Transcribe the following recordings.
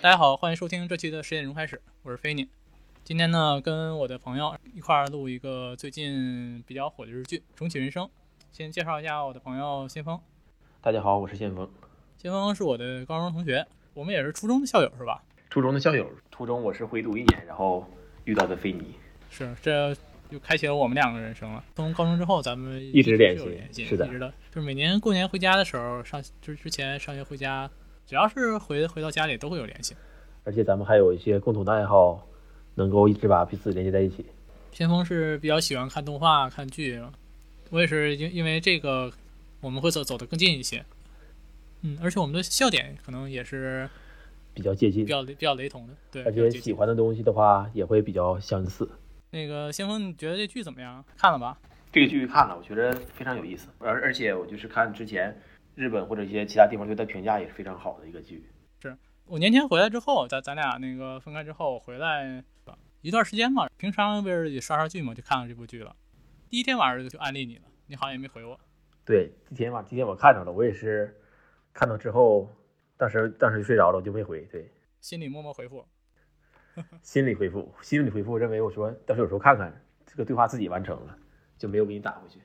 大家好，欢迎收听这期的十点钟开始，我是菲尼。今天呢，跟我的朋友一块儿录一个最近比较火的日剧《重启人生》。先介绍一下我的朋友先锋，大家好，我是先锋，先锋是我的高中同学，我们也是初中的校友，是吧？初中的校友。初中我是回读一年，然后遇到的菲尼，是，这就开启了我们两个人生了。从高中之后，咱们一直联系有联系，是的一直的，就是每年过年回家的时候，上就是之前上学回家，只要是回回到家里都会有联系。而且咱们还有一些共同的爱好，能够一直把彼此连接在一起。先锋是比较喜欢看动画、看剧，我也是因因为这个，我们会走走得更近一些。嗯，而且我们的笑点可能也是比较接近比，较雷比较雷同的，对。而比较且接近喜欢的东西的话也会比较相似。那个先锋，你觉得这剧怎么样？看了吧？这个剧看了，我觉得非常有意思，而而且我就是看之前日本或者一些其他地方对它评价也是非常好的一个剧。我年前回来之后，咱咱俩那个分开之后回来一段时间嘛，平常不是也刷刷剧嘛，就看了这部剧了。第一天晚上就安利你了，你好像也没回我。对，今天晚今天我看着了，我也是看到之后，当时当时就睡着了，我就没回。对，心里默默回复，心理回复，心理回复认为我说到时候有时候看看这个对话自己完成了，就没有给你打回去。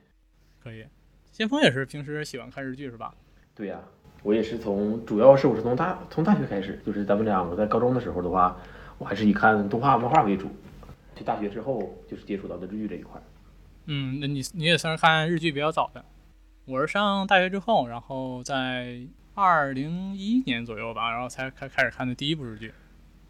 可以。先锋也是平时喜欢看日剧是吧？对呀、我也是从，主要是我是从大从大学开始，就是咱们俩我在高中的时候的话，我还是以看动画漫画为主。去大学之后，就是接触到的日剧这一块儿。嗯，那你你也算是看日剧比较早的。我是上大学之后，然后在二零一一年左右吧，然后才开开始看的第一部日剧。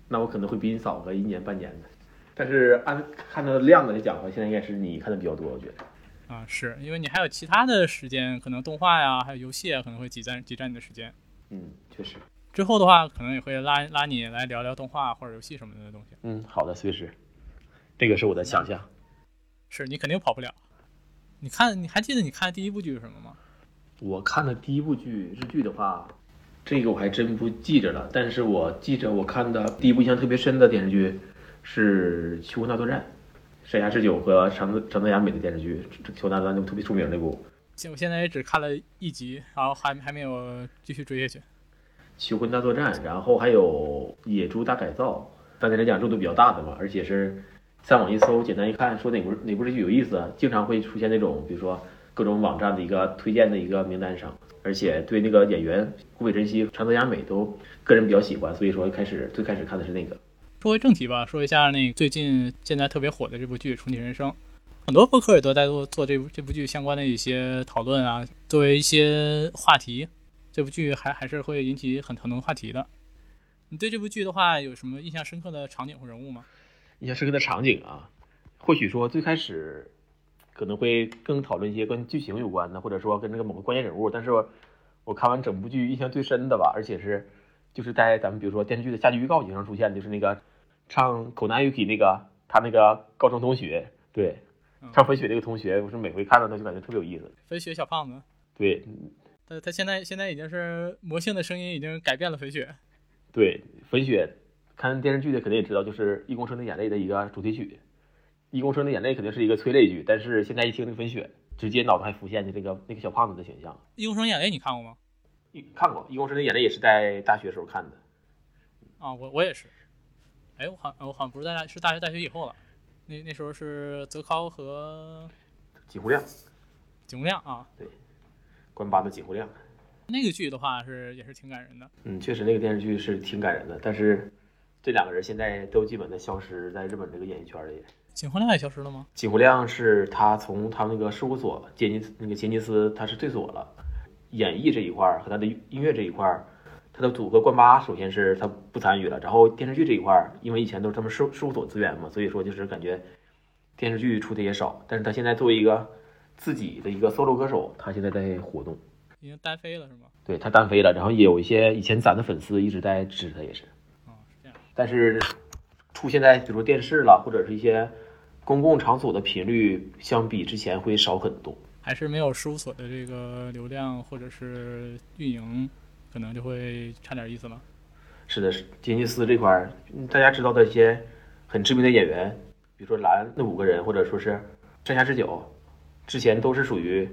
那我可能会比你早个一年半年的，但是按看到量来讲的话，现在应该是你看的比较多，我觉得。啊，是因为你还有其他的时间，可能动画呀，还有游戏啊，可能会挤占挤占你的时间。嗯，确实。之后的话，可能也会拉拉你来聊聊动画啊或者游戏什么的东西。嗯，好的，随时。这个是我的强项。是你肯定跑不了。你看，你还记得你看的第一部剧是什么吗？我看的第一部剧日剧的话，这个我还真不记着了，但是我记着我看的第一部印象特别深的电视剧是《秋大作战》，山下智久和长泽长泽雅美的电视剧《秋大作战》就特别出名那部。现我现在也只看了一集，然后还还没有继续追下去。求婚大作战，然后还有野猪大改造。刚才来讲热度比较大的嘛，而且是上网一搜，简单一看，说哪部哪部日剧有意思啊，经常会出现那种，比如说各种网站的一个推荐的一个名单上，而且对那个演员宫北真希、长泽雅美都个人比较喜欢，所以说开始最开始看的是那个。说回正题吧，说一下那个最近现在特别火的这部剧《重启人生》，很多播客也都在做做这部这部剧相关的一些讨论啊，作为一些话题，这部剧还还是会引起很很多话题的。你对这部剧的话有什么印象深刻的场景或人物吗？印象深刻的场景啊，或许说最开始可能会更讨论一些跟剧情有关的，或者说跟这个某个关键人物。但是我我看完整部剧印象最深的吧，而且是就是在咱们比如说电视剧的下集预告景上出现的，就是那个唱《口南 Yuki》那个他那个高中同学，对嗯，唱《飞雪》那个同学，我是每回看到他就感觉特别有意思。飞雪小胖子，对他他现在现在已经是魔性的声音已经改变了飞雪，对，飞雪看电视剧的肯定也知道，就是《一公升的眼泪》的一个主题曲。一公升的眼泪肯定是一个催泪剧，但是现在一听那个粉雪，直接脑袋还浮现那个那个小胖子的形象。 《一无声眼泪》哎你看过吗？一看过《一公升的眼泪》也是在大学时候看的，啊，我我也是。哎，我好我好像不是在大是大学大学以后了，那那时候是泽尻和几乎亮，井木亮啊，关八的几乎亮。那个剧的话是也是挺感人的。嗯，确实那个电视剧是挺感人的，但是这两个人现在都基本的消失在日本这个演艺圈里。景洪亮也消失了吗？井户亮是他从他那个事务所杰尼斯那个杰尼斯他是退所了，演艺这一块儿和他的音乐这一块儿，他的组合冠八首先是他不参与了，然后电视剧这一块儿，因为以前都是他们事事务所资源嘛，所以说就是感觉电视剧出的也少，但是他现在作为一个自己的一个 solo 歌手，他现在在活动，已经单飞了是吗？对他单飞了，然后也有一些以前攒的粉丝一直在支持他，也是。啊，是这样。但是出现在比如说电视了，或者是一些公共场所的频率，相比之前会少很多。还是没有事务所的这个流量或者是运营，可能就会差点意思了。是的，是杰尼斯这块儿，嗯大家知道的一些很知名的演员，比如说蓝那五个人，或者说是山下智久，之前都是属于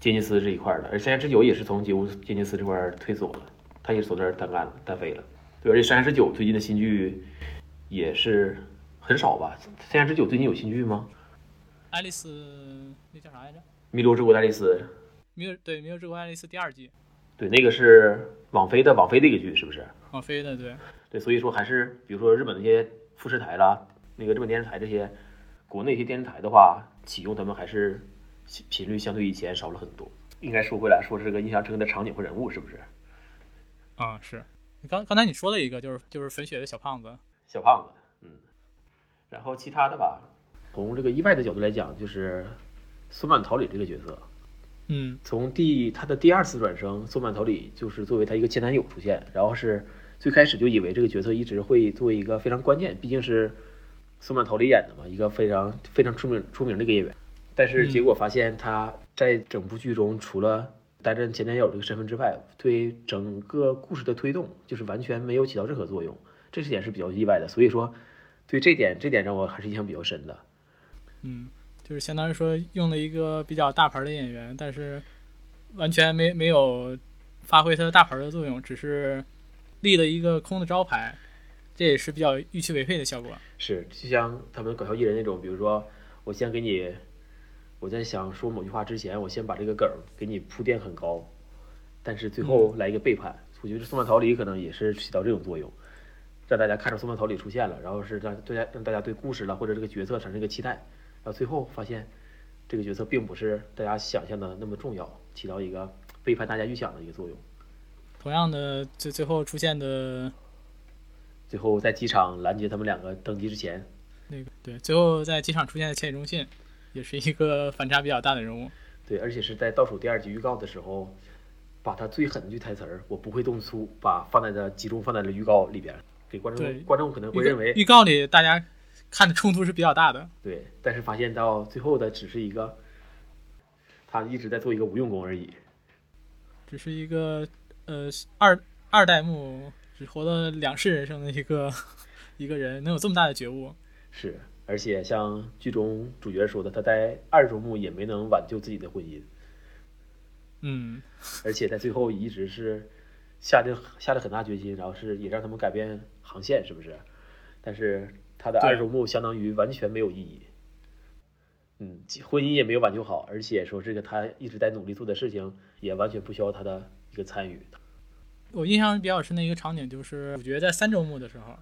杰尼斯这一块儿的，而山下智久也是从杰乌杰尼斯这块儿退所了，他也是从这儿单干了，单飞了。对，而且山下智久最近的新剧也是很少吧？山下智久最近有新剧吗？爱丽丝那叫啥来着？《弥留之国的爱丽丝》米尔对《弥留之国爱丽丝》第二季，对，那个是网飞的，网飞的一个剧是不是？网哦飞的对。对，所以说还是比如说日本那些富士台啦，那个日本电视台这些，国内一些电视台的话，启用他们还是频频率相对以前少了很多。应该说回来说是个印象深刻的场景和人物，是不是？啊，是。刚刚才你说了一个，就是就是粉雪的小胖子，小胖子，嗯。然后其他的吧，从这个意外的角度来讲，就是松坂桃李这个角色，嗯，从第他的第二次转生，松坂桃李就是作为他一个前男友出现，然后是最开始就以为这个角色一直会做一个非常关键，毕竟是松坂桃李演的嘛，一个非常非常出名出名的一个演员。但是结果发现他在整部剧中除了担任前男友这个身份之外，对整个故事的推动就是完全没有起到任何作用，这一点是比较意外的。所以说，对这点这点让我还是印象比较深的。嗯，就是相当于说用了一个比较大牌的演员，但是完全没没有发挥他的大牌的作用，只是立了一个空的招牌，这也是比较预期违背的效果。是，就像他们搞笑艺人那种，比如说我先给你，我在想说某句话之前，我先把这个梗儿给你铺垫很高，但是最后来一个背叛。我觉得松坂桃李可能也是起到这种作用，让大家看着松坂桃李出现了，然后是让大家让大家对故事了或者这个角色产生一个期待，然后最后发现这个角色并不是大家想象的那么重要，起到一个背叛大家预想的一个作用。同样的，最最后出现的最后在机场拦截他们两个登机之前，那个，对，最后在机场出现的千野中信，也是一个反差比较大的人物。对，而且是在倒数第二集预告的时候，把他最狠的一句台词儿“我不会动粗”把放在了集中放在了预告里边，给观对众观众可能预会告认为预告里大家看的冲突是比较大的，对，但是发现到最后的只是一个，他一直在做一个无用功而已。只是一个呃二二代目只活了两世人生的一个 一个人，能有这么大的觉悟，是，而且像剧中主角说的，他在二周目也没能挽救自己的婚姻，嗯，而且在最后一直是下着下着很大决心，然后是也让他们改变航线，是不是？但是他的对二周目相当于完全没有意义，嗯，婚姻也没有挽救好，而且说这个他一直在努力做的事情也完全不需要他的一个参与。我印象比较深的一个场景就是，主角在三周目的时候，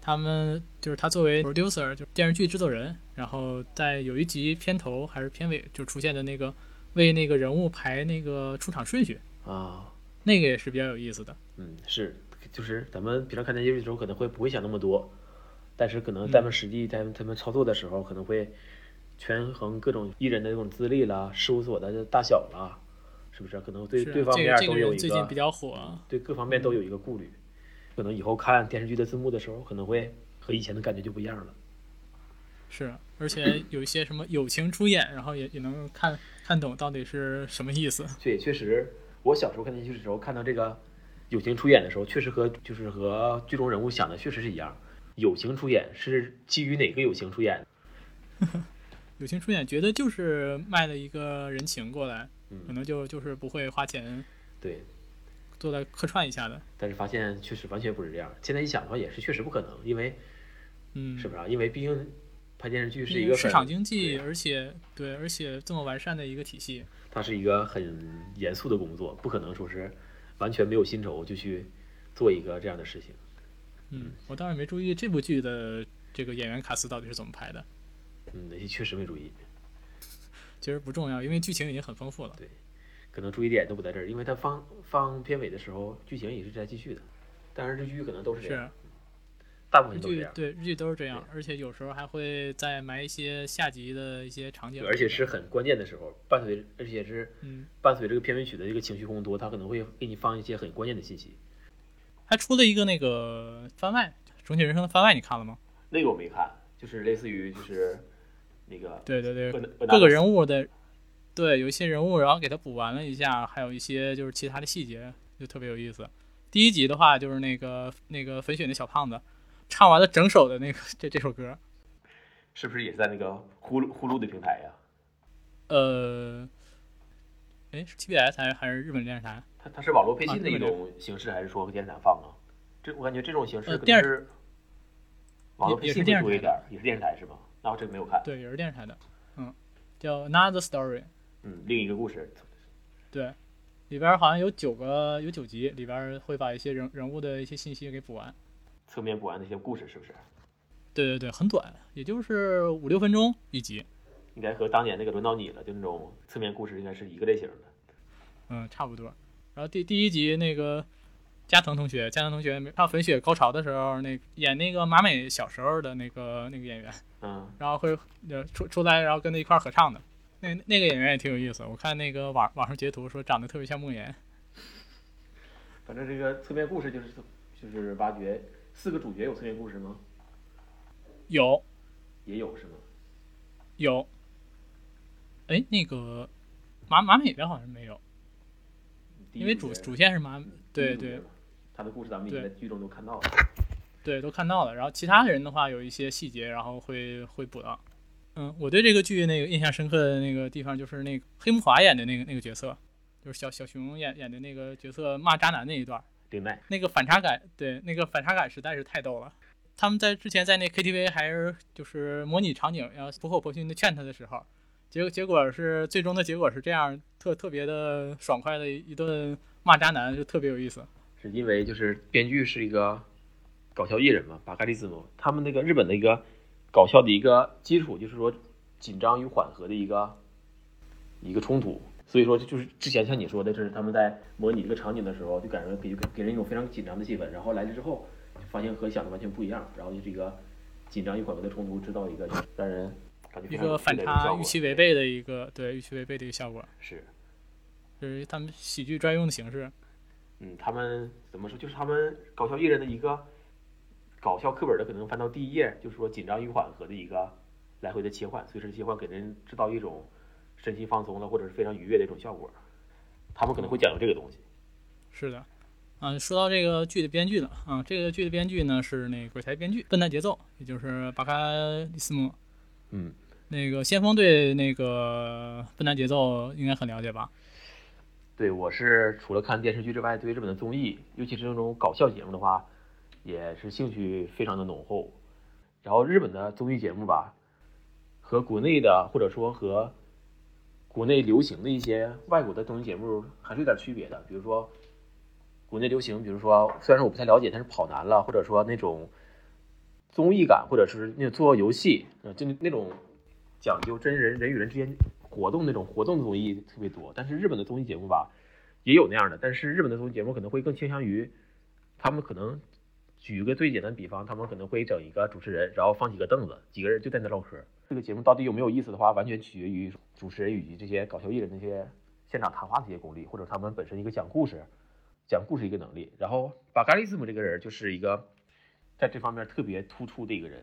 他们就是他作为 producer，就是电视剧制作人，然后在有一集片头还是片尾就出现的那个为那个人物排那个出场顺序，啊，那个也是比较有意思的。嗯，是，就是咱们平常看电视剧的时候可能会不会想那么多，但是可能嗯咱们实际在他们操作的时候，可能会权衡各种艺人的这种资历啦、事务所的大小啦，是不是？可能对是啊对方这面个这都个有人一最近比较火，对各方面都有一个顾虑，可能以后看电视剧的字幕的时候，可能会和以前的感觉就不一样了。是，而且有一些什么友情出演，然后也也能看看懂到底是什么意思。对，确实，我小时候看电视剧的时候，看到这个友情出演的时候，确实和就是和剧中人物想的确实是一样。友情出演是基于哪个友情出演？友情出演觉得就是卖了一个人情过来，可嗯，能就就是不会花钱对。做来客串一下的，但是发现确实完全不是这样。现在一想的话，也是确实不可能，因为嗯，是不是啊？因为毕竟拍电视剧是因一为个嗯市场很，经济，对而且对，而且这么完善的一个体系，嗯它是一个很严肃的工作，不可能说是完全没有薪酬就去做一个这样的事情。嗯，我倒是没注意这部剧的这个演员卡斯到底是怎么排的，嗯，那些确实没注意，其实不重要，因为剧情已经很丰富了。可能注意点都不在这儿，因为它放放片尾的时候，剧情也是在继续的。当然，日剧可能都是这样，是啊大部日分都是这剧样，对日剧都是这样，而且有时候还会再埋一些下集的一些场景，而且是很关键的时候，伴随而且是嗯，伴随这个片尾曲的这个情绪烘托，它可能会给你放一些很关键的信息。还出了一个那个番外《重启人生》的番外，你看了吗？那个我没看，就是类似于就是那个对对对，各各个人物的，对，有一些人物，然后给他补完了一下，还有一些就是其他的细节，就特别有意思。第一集的话，就是那个那个粉雪那小胖子，唱完了整首的那个这这首歌，是不是也在那个呼噜呼噜的平台呀、呃，哎，是 TBS 还是还是日本电视台？它它是网络配信的啊日一本种形式，还是说电视台放啊？这我感觉这种形式呃可电能视是网络也配也是信电会视多一台点儿，也是电视台是吧？那我这个没有看。对，也是电视台的，嗯，叫 Another Story，嗯，另一个故事，对，里边儿好像有九个有九集，里边儿会把一些人人物的一些信息给补完。侧面补完那些故事是不是？对对对，很短，也就是五六分钟一集，应该和当年那个轮到你了，就那种侧面故事应该是一个类型的。嗯，差不多。然后第第一集那个加藤同学，加藤同学没上粉雪高潮的时候，那演那个马美小时候的那个那个演员，嗯，然后会呃出出来，然后跟他一块儿合唱的。那那个演员也挺有意思，我看那个网网上截图说长得特别像梦妍。反正这个侧面故事就是就是挖掘四个主角有侧面故事吗？有也有是吗？有，哎，那个马马美的好像没有，第一因为主主角主线是马，对，第一对主角嘛他的故事咱们已经在对剧中都看到了。对，都看到了。然后其他人的话有一些细节，然后会会补到。嗯，我对这个剧那个印象深刻的那个地方就是那个黑木华演的那个那个角色，就是小小熊演演的那个角色骂渣男那一段，对麦，那个反差感，对，那个反差感实在是太逗了。他们在之前在那 KTV 还是就是模拟场景，然后苦口婆心的劝他的时候，结果结果是最终的结果是这样，特特别的爽快的一顿骂渣男，就特别有意思。是因为就是编剧是一个搞笑艺人嘛，巴卡利兹姆，他们那个日本的一个搞笑的一个基础就是说紧张与缓和的一个一个冲突。所以说，就是之前像你说的，就是他们在模拟这个场景的时候，就感觉给给人一种非常紧张的气氛，然后来了之后，发现和想的完全不一样，然后就是一个紧张与缓和的冲突，制造一个让人感觉一非常有个趣的反种效差果预期违背的一个对预期违背的一个效果，是。就是他们喜剧专用的形式。嗯，他们怎么说，就是他们搞笑艺人的一个搞笑课本的，可能翻到第一页，就是说紧张与缓和的一个来回的切换，随时切换，给人制造一种身心放松了或者是非常愉悦的一种效果。他们可能会讲究这个东西。是的，啊，说到这个剧的编剧了啊，这个剧的编剧呢是那个鬼才编剧笨蛋节奏，也就是巴卡利斯姆。嗯，那个先锋对那个笨蛋节奏应该很了解吧？对，我是除了看电视剧之外，对日本的综艺，尤其是那种搞笑节目的话，也是兴趣非常的浓厚。然后日本的综艺节目吧，和国内的或者说和国内流行的一些外国的综艺节目还是有点区别的。比如说国内流行，比如说虽然说我不太了解，但是跑男了，或者说那种综艺感，或者是那种做游戏，呃，就那种讲究真人人与人之间活动那种活动综艺特别多。但是日本的综艺节目吧，也有那样的，但是日本的综艺节目可能会更倾向于他们可能举一个最简单的比方，他们可能会整一个主持人，然后放几个凳子，几个人就在那唠嗑。这个节目到底有没有意思的话，完全取决于主持人以及这些搞笑艺人那些现场谈话的一些功力，或者他们本身一个讲故事、讲故事一个能力。然后巴嘎利斯姆这个人就是一个在这方面特别突出的一个人。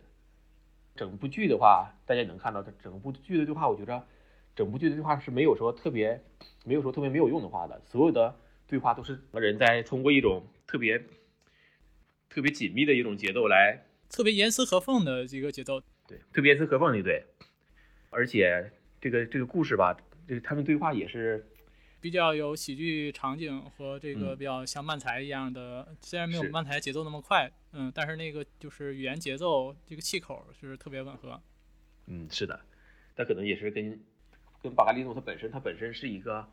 整部剧的话，大家也能看到，整部剧的对话，我觉着整部剧的对话是没有说特别没有说特别没有用的话的，所有的对话都是两个人在通过一种特别特别紧密的一种节奏来，特别严丝合缝的一个节奏，对，特别严丝合缝的一对，而且这个这个故事吧，这个他们对话也是比较有喜剧场景和这个嗯比较像漫才一样的，虽然没有是漫才节奏那么快，嗯，但是那个就是语言节奏这个气口就是特别吻合。嗯，是的，他可能也是跟跟巴嘎利诺他本身，他本身是一个，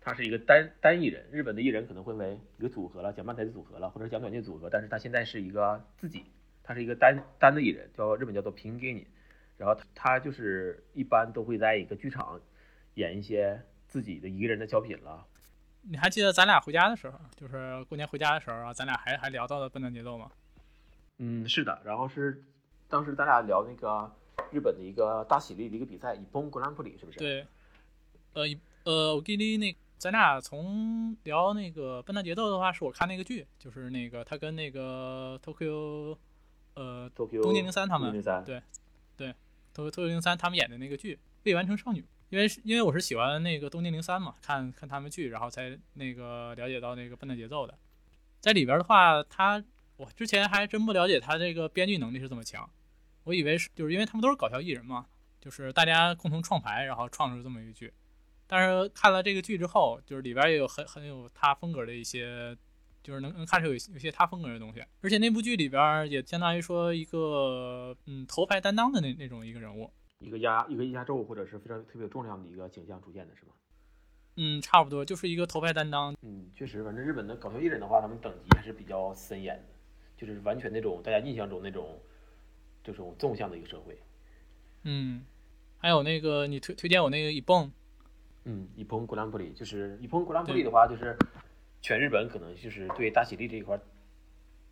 他是一个单单艺人，日本的艺人可能会为一个组合了，讲漫才的组合了，或者讲短剧组合，但是他现在是一个自己，他是一个单单的艺人，叫日本叫做平给你，然后他他就是一般都会在一个剧场演一些自己的一个人的小品了，你还记得咱俩回家的时候，就是过年回家的时候啊，咱俩还还聊到了笨蛋节奏吗？嗯，是的，然后是当时咱俩聊那个日本的一个大喜力的一个比赛，以崩格兰普里是不是？，对，呃一呃，我给你那咱俩从聊那个笨蛋节奏的话，是我看那个剧，就是那个他跟那个 Tokyo，呃， ，Tokyo 东京03他们东京03对 Tokyo Tokyo 零三他们演的那个剧《未完成少女》，因为是因为我是喜欢那个东京零三嘛，看看他们剧，然后才那个了解到那个笨蛋节奏的。在里边的话，他我之前还真不了解他这个编剧能力是这么强，我以为是就是因为他们都是搞笑艺人嘛，就是大家共同创牌，然后创出这么一句。但是看了这个剧之后，就是里边也有很很有他风格的一些就是能能看出有有些他风格的东西。而且那部剧里边儿也相当于说一个嗯头牌担当的那那种一个人物，一个压一个压轴或者是非常特别有重量的一个形象出现的是吗？嗯，差不多就是一个头牌担当。嗯，确实，反正日本的搞笑艺人的话，他们等级还是比较森严的，就是完全那种大家印象中那种这种纵向的一个社会。嗯，还有那个你推推荐我那个一蹦，嗯，一鹏格兰普里就是一鹏格兰普里的话，就是全日本可能就是对大喜力这一块儿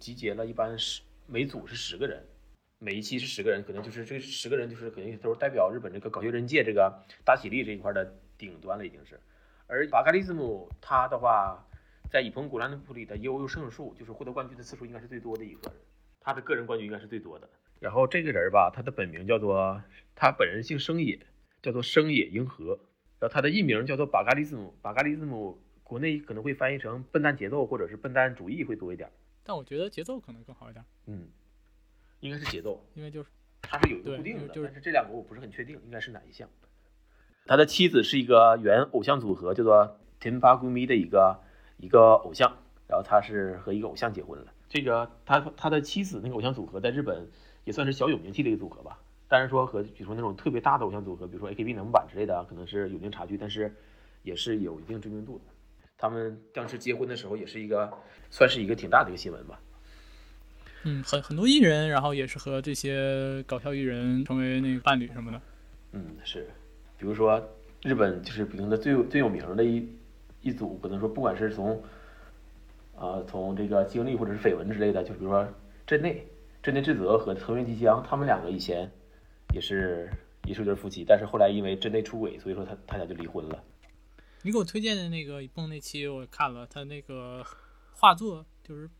集结了一般十每组是十个人，每一期是十个人，可能就是这十个人就是肯定都是代表日本这个搞笑人界这个大喜力这一块的顶端了已经是。而瓦格利斯姆他的话，在以鹏古兰普里的优优胜数，就是获得冠军的次数应该是最多的一个人，他的个人冠军应该是最多的。然后这个人吧，他的本名叫做他本人姓生野，叫做生野银河，然后他的艺名叫做巴嘎利斯姆，巴嘎利斯姆国内可能会翻译成笨蛋节奏或者是笨蛋主义会多一点，但我觉得节奏可能更好一点，嗯，应该是节奏，因为就是它是有一个对固定的，就就是但是这两个我不是很确定，应该是哪一项。他的妻子是一个原偶像组合叫做 Tempa Gumi 的一个一个偶像，然后他是和一个偶像结婚了。这个他他的妻子那个偶像组合在日本也算是小有名气的一个组合吧。当然说和比如说那种特别大的偶像组合，比如说 AKB 能版之类的啊，可能是有一定差距，但是也是有一定知名度的。他们当时结婚的时候也是一个算是一个挺大的一个新闻吧。嗯很很多艺人，然后也是和这些搞笑艺人成为那个伴侣什么的。嗯，是，比如说日本就是比如说最有最有名的一一组，可能说不管是从，呃，从这个经历或者是绯闻之类的，就比如说镇内镇内智则和藤原纪香，他们两个以前也是也是对夫妻，但是后来因为镇内出轨，所以说他他俩就离婚了。你给我推荐的那个一蹦那期我看了，他那个画作就是，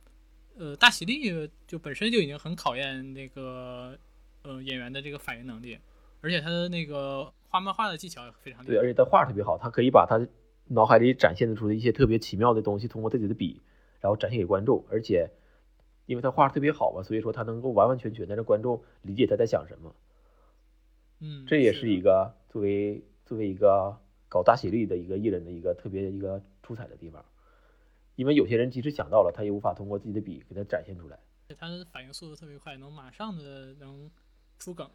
呃，大喜力就本身就已经很考验那个呃演员的这个反应能力，而且他的那个画漫画的技巧也非常厉对，害。而且他画得特别好，他可以把他脑海里展现出的一些特别奇妙的东西，通过自己的笔，然后展现给观众。而且，因为他画得特别好嘛，所以说他能够完完全全的让观众理解他在想什么。嗯，这也是一的个作为作为一个搞大喜力的一个艺人的一个特别一个出彩的地方，因为有些人即使想到了，他也无法通过自己的笔给他展现出来。他的反应速度特别快，能马上的能出梗。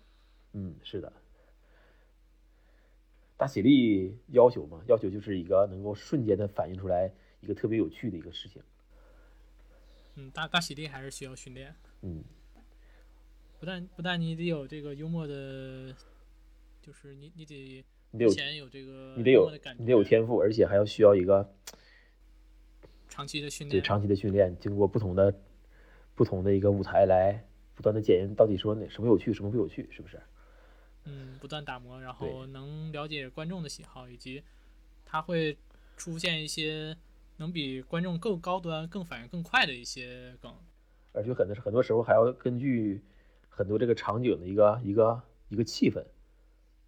嗯，是的。大喜力要求嘛，要求就是一个能够瞬间的反映出来一个特别有趣的一个事情。嗯，大大喜力还是需要训练，嗯，不但不但你得有这个幽默的，就是你你得你之得有前有这个你得幽有默的感觉，你得有天赋，而且还要需要一个长期的训对练。长期的训练，经过不同的不同的一个舞台来不断的检验，到底说哪什么有趣，什么不有趣，是不是？嗯，不断打磨，然对后能了解观众的喜好，以及他会出现一些能比观众更高端、更反应更快的一些梗。而且很多很多时候还要根据很多这个场景的一个一个一个气氛，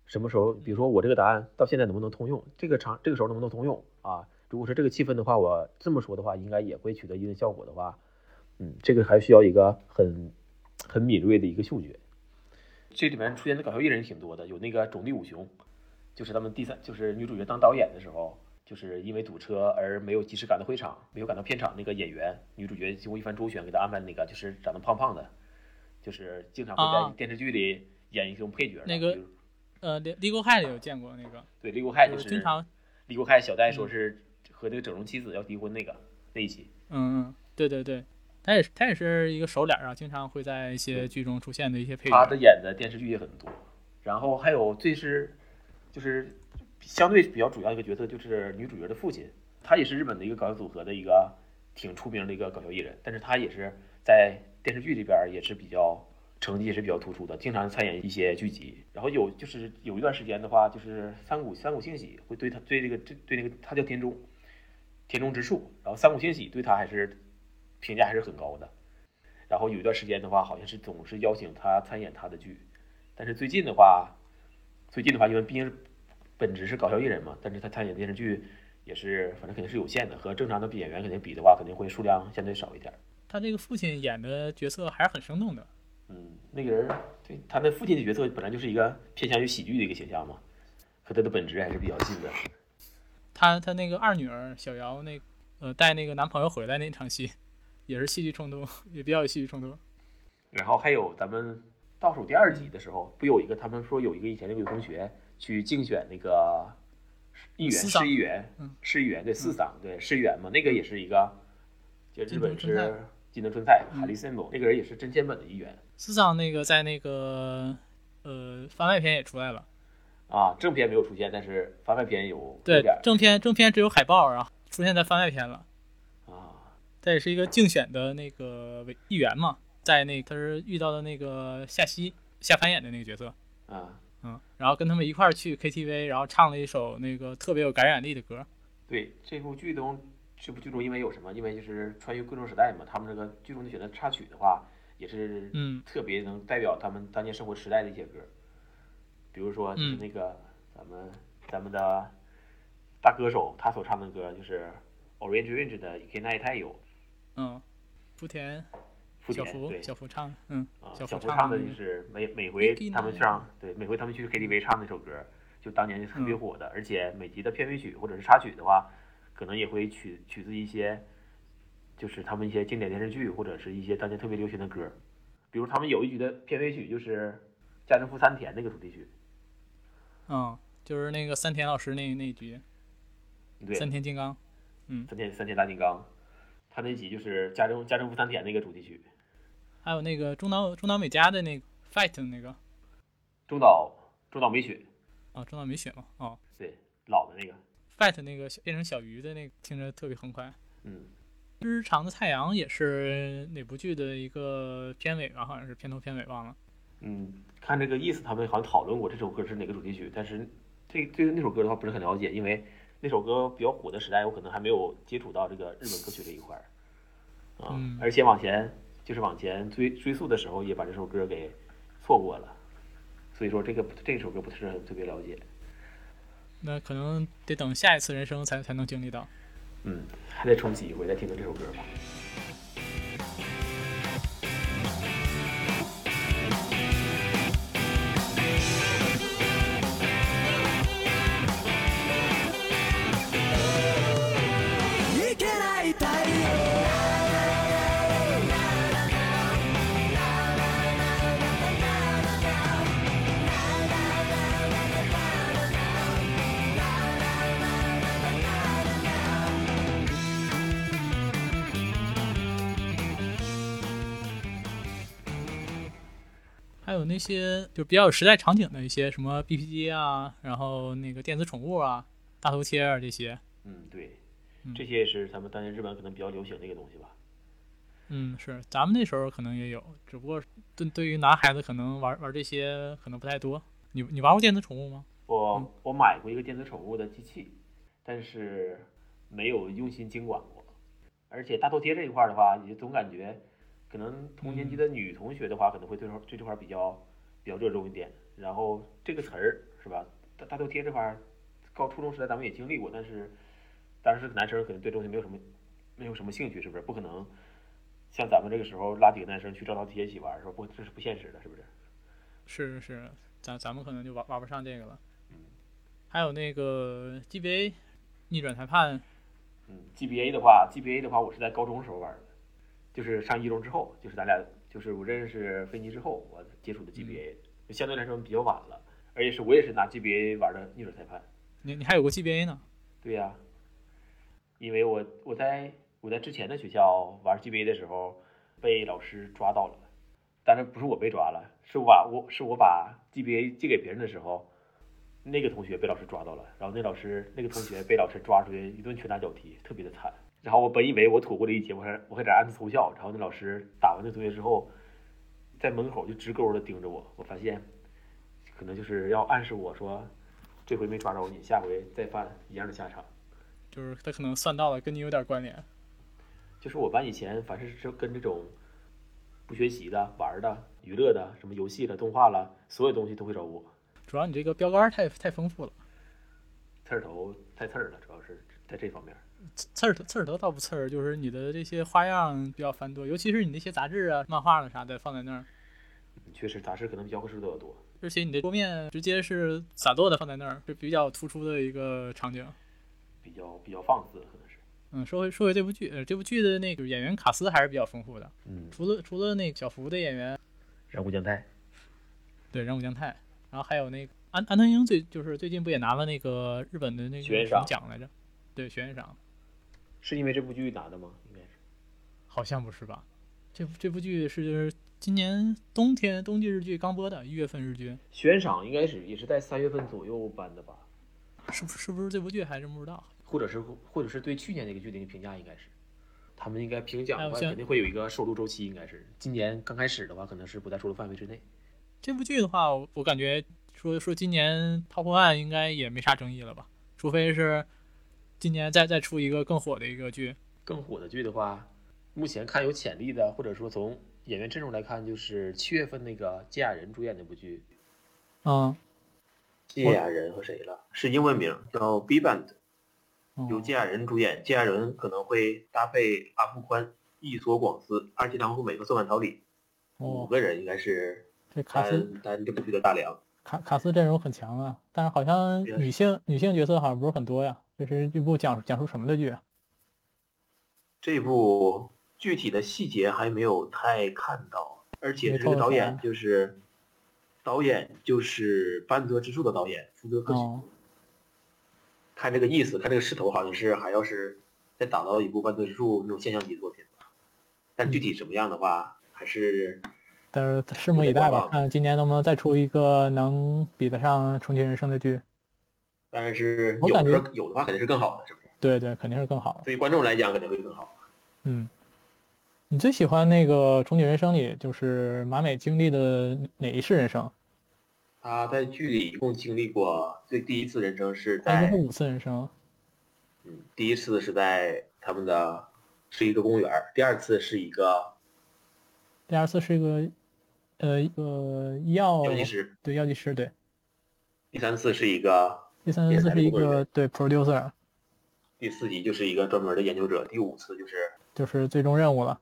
什么时候，比如说我这个答案到现在能不能通用，这个场这个时候能不能通用啊？如果是这个气氛的话，我这么说的话，应该也会取得一定效果的话，嗯，这个还需要一个很很敏锐的一个嗅觉。这里面出现的搞笑艺人挺多的，有那个种地五雄，就是他们第三，就是女主角当导演的时候，就是因为堵车而没有及时赶到会场，没有赶到片场。那个演员，女主角经过一番周旋，给她安排那个就是长得胖胖的，就是经常会啊在电视剧里演一种配角的。那个比如呃，《Legal High》里有见过那个，对李国海就就是是经常，李国海小戴说是和那个整容妻子要离婚那个那一期，嗯嗯，对对对，他也是他也是一个熟脸儿啊，经常会在一些剧中出现的一些配他角。的演的电视剧也很多。然后还有最是就是相对比较主要一个角色就是女主角的父亲，他也是日本的一个搞笑组合的一个挺出名的一个搞笑艺人，但是他也是在电视剧里边儿也是比较成绩也是比较突出的，经常参演一些剧集。然后有就是有一段时间的话，就是三谷三谷幸喜会对他对这个对对那个他叫田中田中直树，然后三谷幸喜对他还是评价还是很高的。然后有一段时间的话，好像是总是邀请他参演他的剧，但是最近的话，最近的话，因为毕竟本职是搞笑艺人嘛，但是他参演电视剧也是，反正肯定是有限的，和正常的演员肯定比的话，肯定会数量相对少一点。他这个父亲演的角色还是很生动的。嗯，那个人儿对他的父亲的角色本来就是一个偏向于喜剧的一个形象嘛，和他的本质还是比较近的。他他那个二女儿小瑶那呃，带那个男朋友回来那场戏，也是戏剧冲突，也比较有戏剧冲突。然后还有咱们倒数第二集的时候，不有一个他们说有一个以前那个同学去竞选那个议员、司长市议员嗯、市议员对市长对市议员嘛，那个也是一个，就日本金藤春嗯是金德春菜海利森博，那个人也是真千本的议员司长那个在那个呃番外篇也出来了，啊，正片没有出现，但是番外篇有有对点儿，正片正片只有海报，然后出现在番外篇了。啊，他也是一个竞选的那个委议员嘛，在那他是遇到的那个夏希夏帆演的那个角色，啊，嗯，然后跟他们一块儿去 KTV，然后唱了一首那个特别有感染力的歌，对这部剧中，这部剧中因为有什么？因为就是穿越各种时代嘛，他们这个剧中的选择插曲的话，也是嗯特别能代表他们当年生活时代的一些歌，比如说就是嗯那个、咱们咱们的大歌手他所唱的歌就是 Orange Range 的《K 那也太有》，嗯，福田福小田福对小福唱的，嗯，啊，小小福福唱唱的的那个就是每每回 Mickey 他们 Mouse 上对每回他们去 KTV 唱那首歌，就当年特别嗯火的，而且每集的片尾曲或者是插曲的话，可能也会取取自一些，就是他们一些经典电视剧或者是一些当年特别流行的歌，比如他们有一集的片尾曲就是《家政妇三田》那个主题曲，嗯，就是那个三田老师那那一局对，三三田金刚，田三田大金刚，他那集就是《家政家政妇三田》那个主题曲，还有那个中岛中岛美嘉的那个 fight 那个中岛中岛美雪，啊，中岛美雪嘛，哦对，老的那个， fight 那个小变成小鱼的那个听着特别欢快。嗯，日常的太阳也是哪部剧的一个片尾吧，好像是片头片尾忘了。嗯，看这个意思，他们好像讨论过这首歌是哪个主题曲，但是这对那首歌的话不是很了解，因为那首歌比较火的时代，我可能还没有接触到这个日本歌曲这一块儿啊。嗯而且往前就是往前追追溯的时候，也把这首歌给错过了，所以说这个这首歌不是很特别了解。那可能得等下一次人生才才能经历到。嗯，还得重启一回，再听听这首歌吧。いけない太陽还有那些就比较有时代场景的一些什么 BP 机啊，然后那个电子宠物啊、大头贴啊这些，嗯，对嗯，这些也是咱们当年日本可能比较流行的一个东西吧。嗯，是咱们那时候可能也有，只不过对对于男孩子可能玩玩这些可能不太多。你你玩过电子宠物吗？我、嗯我买过一个电子宠物的机器，但是没有用心经管过。而且大头贴这一块儿的话，你就总感觉，可能同年级的女同学的话，可能会对这块对这块儿比较比较热衷一点。然后这个词儿是吧？大大头贴这块儿，高初中时代咱们也经历过，但是当时男生可能对这东西没有什么没有什么兴趣，是不是？不可能像咱们这个时候拉几个男生去照大头贴一起玩儿，是吧？不，这是不现实的，是不是？是是是，咱咱们可能就玩玩不上这个了。还有那个 GBA 逆转裁判，嗯，GBA 的话，GBA 的话，我是在高中时候玩的，就是上一中之后，就是咱俩，就是我认识飞尼之后，我接触的 GBA，、就相对来说比较晚了，而且是我也是拿 GBA 玩的逆转裁判。你你还有个 GBA 呢？对呀、因为我我在我在之前的学校玩 GBA 的时候被老师抓到了，当然不是我被抓了，是我把我是我把 GBA 借给别人的时候，那个同学被老师抓到了，然后那老师那个同学被老师抓出去一顿拳打脚踢，特别的惨。然后我本以为我躲过了一劫，我还我还在那暗自偷笑。然后那老师打完那同学之后，在门口就直勾的盯着我，我发现可能就是要暗示我说，这回没抓着你，下回再犯一样的下场。就是他可能算到了跟你有点关联。就是我班以前凡是这跟这种不学习的、玩儿的、娱乐的、什么游戏的、动画了，所有东西都会找我。主要你这个标杆儿太太丰富了，刺儿头太刺儿了，主要是在这方面。刺刺儿头刺儿头倒不刺儿，就是你的这些花样比较繁多，尤其是你那些杂志啊、漫画了啥的放在那儿，嗯确实，杂志可能比较合适的要多。而且你的桌面直接是散落的放在那儿，是比较突出的一个场景。比较比较放肆，可能是。嗯，说回说回这部剧，呃，这部剧的那个演员卡斯还是比较丰富的，嗯，除了除了那个小福的演员，染谷将太，对，人物将太，然后还有那个安安藤英最就是最近不也拿了那个日本的那个学院什么赏奖来着？对，学院赏是因为这部剧拿的吗？应该是。好像不是吧？这部这部剧是今年冬天冬季日剧刚播的，一月份日剧，悬赏应该是也是在三月份左右颁的吧，是不是是不是这部剧还真不知道。或者是或者是对去年那个剧的一个评价应该是，他们应该评奖哎的我话先肯定会有一个收录周期，应该是今年刚开始的话可能是不在收录范围之内。这部剧的话，我我感觉说说今年 Top One 应该也没啥争议了吧？除非是今年再再出一个更火的一个剧，更火的剧的话，目前看有潜力的，或者说从演员阵容来看，就是七月份那个芥雅人主演那部剧，嗯，芥雅人和谁了？是英文名叫 B Band，由哦芥雅人主演。芥雅人可能会搭配阿部宽、一所广司、二期堂富美和松坂桃李五哦，个人，应该是这卡呃斯担担这部剧的大梁。卡卡斯阵容很强啊，但是好像对女性女性角色好像不是很多呀。这是一部讲讲述什么的剧啊？这部具体的细节还没有太看到，而且这个导没看演出就是导演就是半泽直树的导演福泽克哦许。看这个意思，看这个势头，好像是还要是再打造一部半泽直树那种现象级作品吧。但嗯具体什么样的话，还是但是拭目以待吧，嗯看今年能不能再出一个能比得上《重启人生》的剧。当然是我有感觉的有的话肯定是更好的，是不是？对对，肯定是更好的。对于观众来讲肯定会更好。嗯，你最喜欢那个《重启人生》里，就是马美经历的哪一世人生？他在剧里一共经历过最第一次人生是他应该在是五次人生。嗯，第一次是在他们的是一个公园儿，第二次是一个第二次是一个，呃，一个医药药剂师，对药剂师，对。第三次是一个，第三也次在是一中国个人对 producer，第四集就是一个专门的研究者，第五次就是就是最终任务了，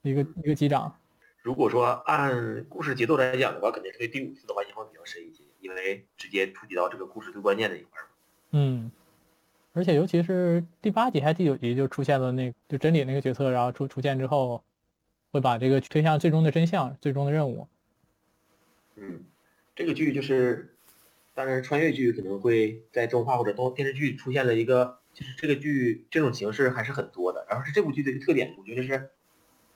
一个一个机长。如果说按故事节奏来讲的话，肯定是对第五次的话影响比较深一些，因为直接触及到这个故事最关键的一块儿嘛。嗯，而且尤其是第八集还是第九集就出现了那个就真理那个角色，然后出出现之后，会把这个推向最终的真相、最终的任务。嗯，这个剧就是，当然穿越剧可能会在动画或者动电视剧出现了一个，就是这个剧这种形式还是很多的。然后是这部剧的一个特点，我觉得是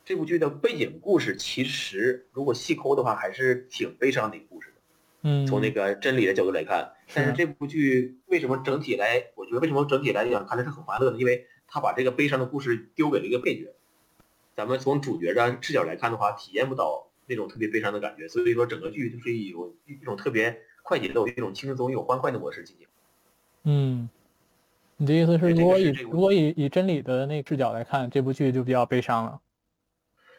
这部剧的背景故事，其实如果细抠的话，还是挺悲伤的一个故事的。嗯，从那个真理的角度来看，但是是这部剧为什么整体来，我觉得为什么整体来讲看着是很欢乐的，因为他把这个悲伤的故事丢给了一个配角。咱们从主角的视角来看的话，体验不到那种特别悲伤的感觉，所以说整个剧就是一种一种特别快节奏、一种轻松又欢快的模式进行。嗯，你的意思是，对这如果个以是这个如果以以真理的那个视角来看，这部剧就比较悲伤了。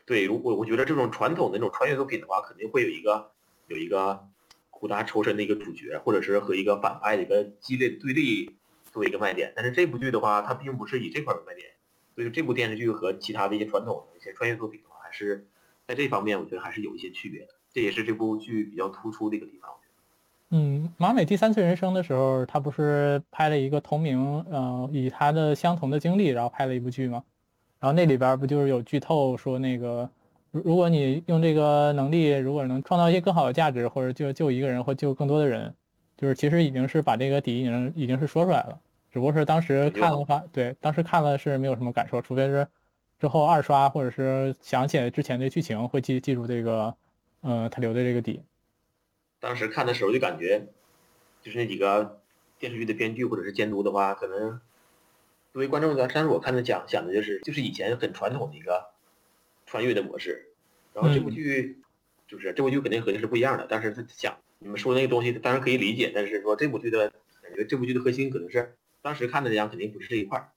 对，如果我觉得这种传统的那种穿越作品的话，肯定会有一个有一个苦大仇深的一个主角，或者是和一个反派的一个激烈对立作为一个卖点。但是这部剧的话，它并不是以这块为卖点，所以这部电视剧和其他的一些传统的一些穿越作品的话，还是在这方面我觉得还是有一些区别的。这也是这部剧比较突出的一个地方。嗯，马美第三次人生的时候，他不是拍了一个同名，呃，以他的相同的经历，然后拍了一部剧吗？然后那里边儿不就是有剧透说那个，如如果你用这个能力，如果能创造一些更好的价值，或者就救一个人或救更多的人，就是其实已经是把这个底已经已经是说出来了，只不过是当时看的话，对，当时看了是没有什么感受，除非是之后二刷或者是想起来之前的剧情会记记住这个，呃，他留的这个底。当时看的时候就感觉，就是那几个电视剧的编剧或者是监督的话，可能作为观众的，当时我看的讲想的就是就是以前很传统的一个穿越的模式，然后这部剧、就是这部剧肯定和这是不一样的，但是他想你们说那个东西当然可以理解，但是说这部剧的感觉，这部剧的核心可能是当时看的讲肯定不是这一块儿，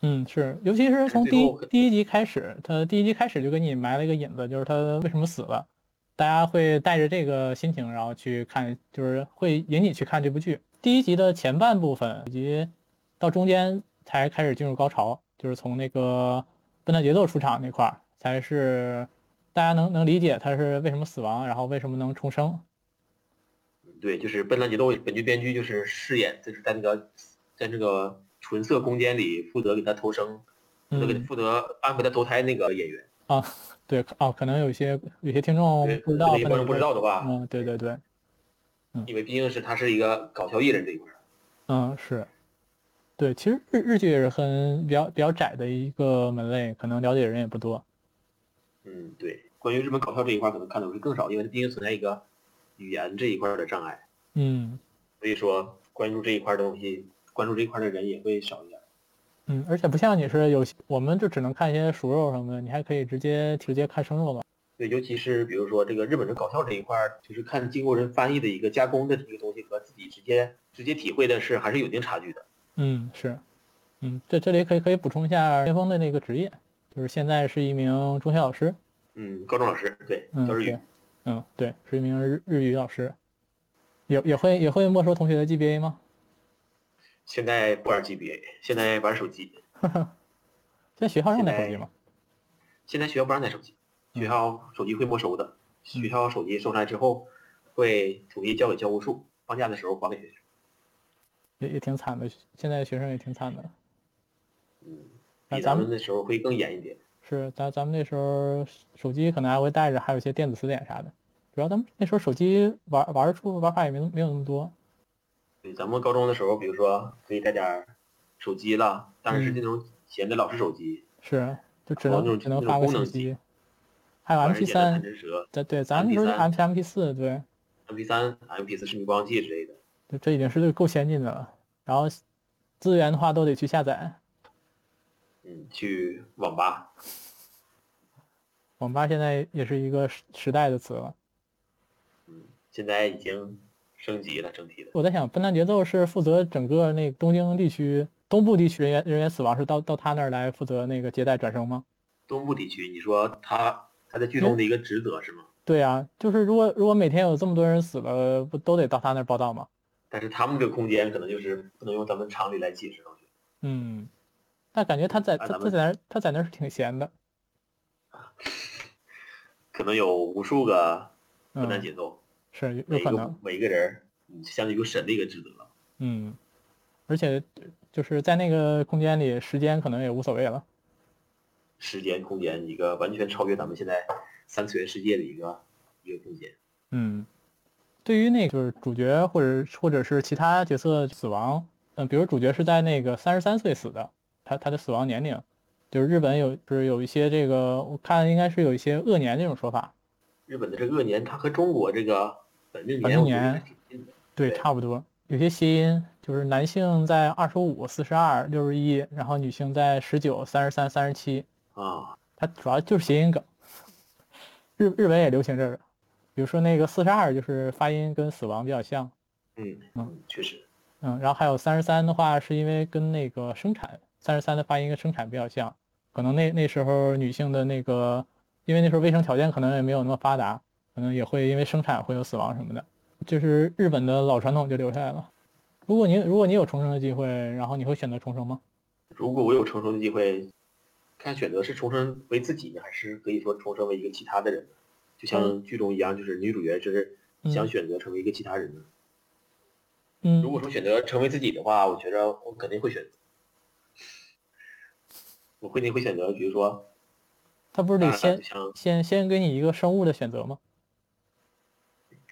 嗯，是，尤其是从最第一后可第一集开始，他第一集开始就给你埋了一个引子，就是他为什么死了，大家会带着这个心情，然后去看，就是会引你去看这部剧。第一集的前半部分以及到中间才开始进入高潮，就是从那个笨蛋节奏出场那块儿，才是大家能能理解他是为什么死亡，然后为什么能重生。对，就是《笨蛋节奏》本剧编剧就是饰演就是在那个在这个纯色空间里负责给他投生，负责给嗯负责安排他投胎那个演员。啊，对哦，可能有些有些听众对，不哦知道，可能有观众不知道的啊话，嗯，对对对，因为毕竟是他是一个搞笑艺人这一块儿。嗯，是，对，其实日日剧也是很比较比较窄的一个门类，可能了解的人也不多。嗯，对，关于日本搞笑这一块儿可能看的会更少，因为毕竟存在一个语言这一块儿的障碍，嗯所以说关注这一块儿的东西，关注这一块儿的人也会少一点儿。嗯，而且不像你是有些，我们就只能看一些熟肉什么的，你还可以直接直接看生肉了。对，尤其是比如说这个日本人搞笑这一块儿，就是看经过人翻译的一个加工的一个东西和自己直接直接体会的是还是有一定差距的。嗯，是，嗯，这这里可以可以补充一下先锋的那个职业，就是现在是一名中学老师，嗯，高中老师对嗯，教日语对，，嗯，对，是一名日日语老师，也也会也会没收同学的 GBA 吗？现在不玩 GBA，现在玩手机，现在学校让现带手在机吗？现在学校不让带手机，嗯学校手机会没收的，学校手机收来之后会统一交给教务处，放假的时候还给学生。也也挺惨的，现在学生也挺惨的。嗯，那比咱咱们们那时候会更严一点。是，咱咱们那时候手机可能还会带着，还有一些电子词典啥的。主要咱们那时候手机玩玩出玩法也没那么没有那么多。对，咱们高中的时候，比如说可以带点儿手机了，但嗯是是那种闲的老式手机，是，就只哦那能种只能那发种个功信能机息。还有玩 MP 人眼的贪三，吃蛇对对，咱们那时候就 M MP3 P M P 四，对， ，MP 三、MP 四是迷光器之类的。这这已经是够先进的了。然后资源的话都得去下载，嗯，去网吧，网吧现在也是一个时时代的词了。嗯，现在已经升级了，整体的。我在想，笨蛋节奏是负责整个那个东京地区东部地区人员人员死亡是到到他那儿来负责那个接待转生吗？东部地区，你说他他在剧中的一个职责是吗？对呀，就是如果如果每天有这么多人死了，不都得到他那儿报道吗？但是他们这个空间可能就是不能用咱们常理来解释东西。嗯，但感觉他在那他他咱们在那儿他在那儿是挺闲的，可能有无数个分担嗯，节奏，是有每有一可个能，每一个人，嗯，相当于一个神的一个职责了。嗯，而且就是在那个空间里，时间可能也无所谓了，时间、空间，一个完全超越咱们现在三次元世界的一个一个空间。嗯，对于那个就是主角或者或者是其他角色死亡，嗯，比如主角是在那个三十三岁死的，他他的死亡年龄，就是日本有就是有一些这个我看应该是有一些恶年这种说法，日本的这个颚年，它和中国这个本命本命年，我觉得年是挺近的。对，对差不多。有些谐音就是男性在二十五、四十二、六十一，然后女性在十九、三十三、三十七，啊，它主要就是谐音梗。日日本也流行这个，比如说那个四十二就是发音跟死亡比较像，嗯嗯嗯，确实，嗯，然后还有三十三的话是因为跟那个生产，三十三的发音跟生产比较像，可能那那时候女性的那个，因为那时候卫生条件可能也没有那么发达，可能也会因为生产会有死亡什么的，就是日本的老传统就留下来了。如果你如果你有重生的机会，然后你会选择重生吗？如果我有重生的机会，看选择是重生为自己呢，还是可以说重生为一个其他的人呢？就像剧中一样，就是女主角就是想嗯选择成为一个其他人呢。嗯，如果说选择成为自己的话，我觉得我肯定会选择，我肯定会选择，比如说，他不是当得然先了就像先先给你一个生物的选择吗？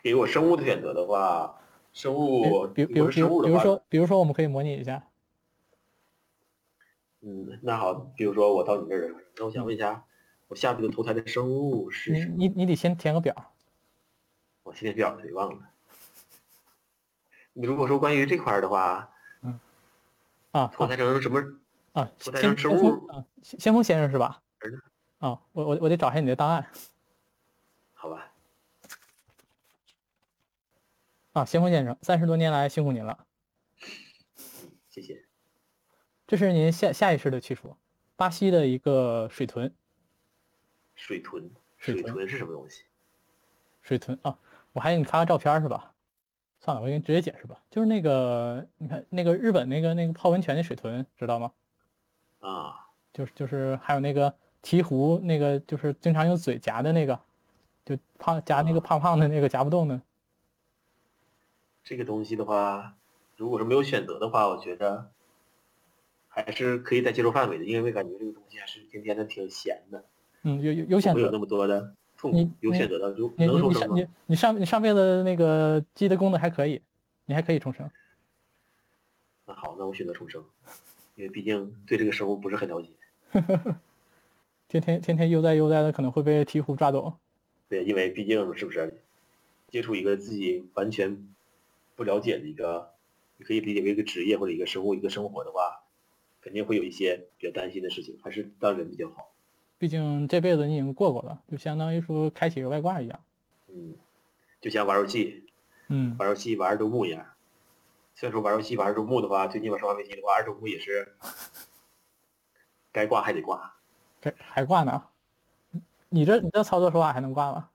给我生物的选择的话，生物，比比如如果是比生如物比的如话，说比如说我们可以模拟一下，嗯，那好，比如说我到你这儿了，那我想问一下，我下辈子投胎的生物是你什么？你你得先填个表，我现在表给忘了。你如果说关于这块儿的话，嗯啊投胎成什么？啊，不太先能吃先物锋啊，先先锋先生是吧儿子？啊，我我我得找一下你的档案好吧，啊，先锋先生，三十多年来辛苦您了，谢谢。这是您下下意识的去除。巴西的一个水豚，水豚，水水豚豚是什么东西？水豚啊，我还给你发个照片儿是吧？算了，我给你直接解释吧，就是那个你看那个日本那个那个泡温泉那水豚，知道吗？啊，就是就是还有那个鹈鹕，那个就是经常用嘴夹的那个，就胖夹那个胖胖的那个夹不动的，这个东西的话，如果是没有选择的话，我觉得还是可以在接受范围的，因为感觉这个东西还是天天的挺闲的，嗯，有有有选没有那择。么多的痛你苦，有你选择的就你能你重你生上吗？你你上你上辈子那个积的功德还可以，你还可以重生。那好，那我选择重生，因为毕竟对这个生物不是很了解。天天天天悠哉悠哉的，可能会被鹈鹕抓走。对，因为毕竟是不是接触一个自己完全不了解的一个，你可以理解为一个职业或者一个生物一个生活的话，肯定会有一些比较担心的事情，还是当人比较好。毕竟这辈子你已经过过了，就相当于说开启一个外挂一样。嗯，就像玩游戏，嗯，玩游戏玩二周目一样。虽然说玩游戏玩二周目的话，最近玩《生化危机》的话，二周目也是该挂还得挂。这还挂呢？你这你这操作手法还能挂吗？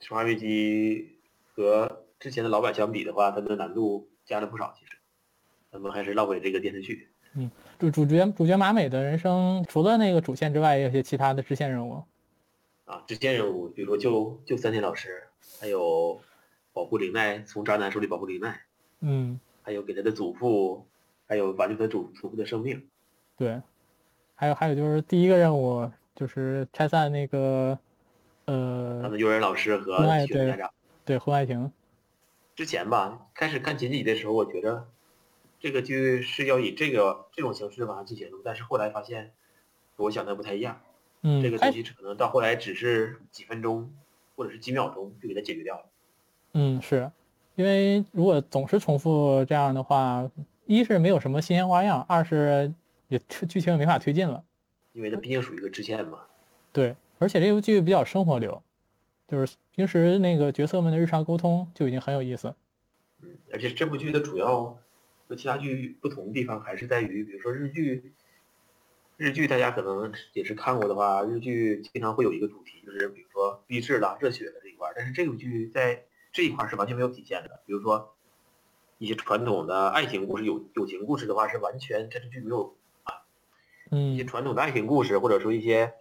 《生化危机》和之前的老版相比的话，它的难度加了不少，其实。咱们还是绕回这个电视剧。主主角主角马美的人生，除了那个主线之外，也有一些其他的支线任务。啊，支线任务，比如说救救三田老师，还有保护林奈，从渣男手里保护林奈，嗯，还有给他的祖父，还有挽救他祖祖父的生命。对。还有还有就是第一个任务就是拆散那个，他呃，的幼儿园老师和哎学生对家长。对婚外情。之前吧，开始看前几集的时候，我觉得这个剧是要以这个这种形式往下进行的，但是后来发现，我想的不太一样。嗯，这个开东西可能到后来只是几分钟，或者是几秒钟就给它解决掉了。嗯，是，因为如果总是重复这样的话，一是没有什么新鲜花样，二是也剧情也没法推进了。因为它毕竟属于一个支线嘛，对，而且这部剧比较生活流，就是平时那个角色们的日常沟通就已经很有意思。嗯，而且这部剧的主要和其他剧不同的地方还是在于，比如说日剧，日剧大家可能也是看过的话，日剧经常会有一个主题，就是比如说励志啦、热血的这一块儿，但是这部剧在这一块儿是完全没有体现的。比如说一些传统的爱情故事、友友情故事的话，是完全在这剧没有一些嗯，传统的爱情故事，或者说一些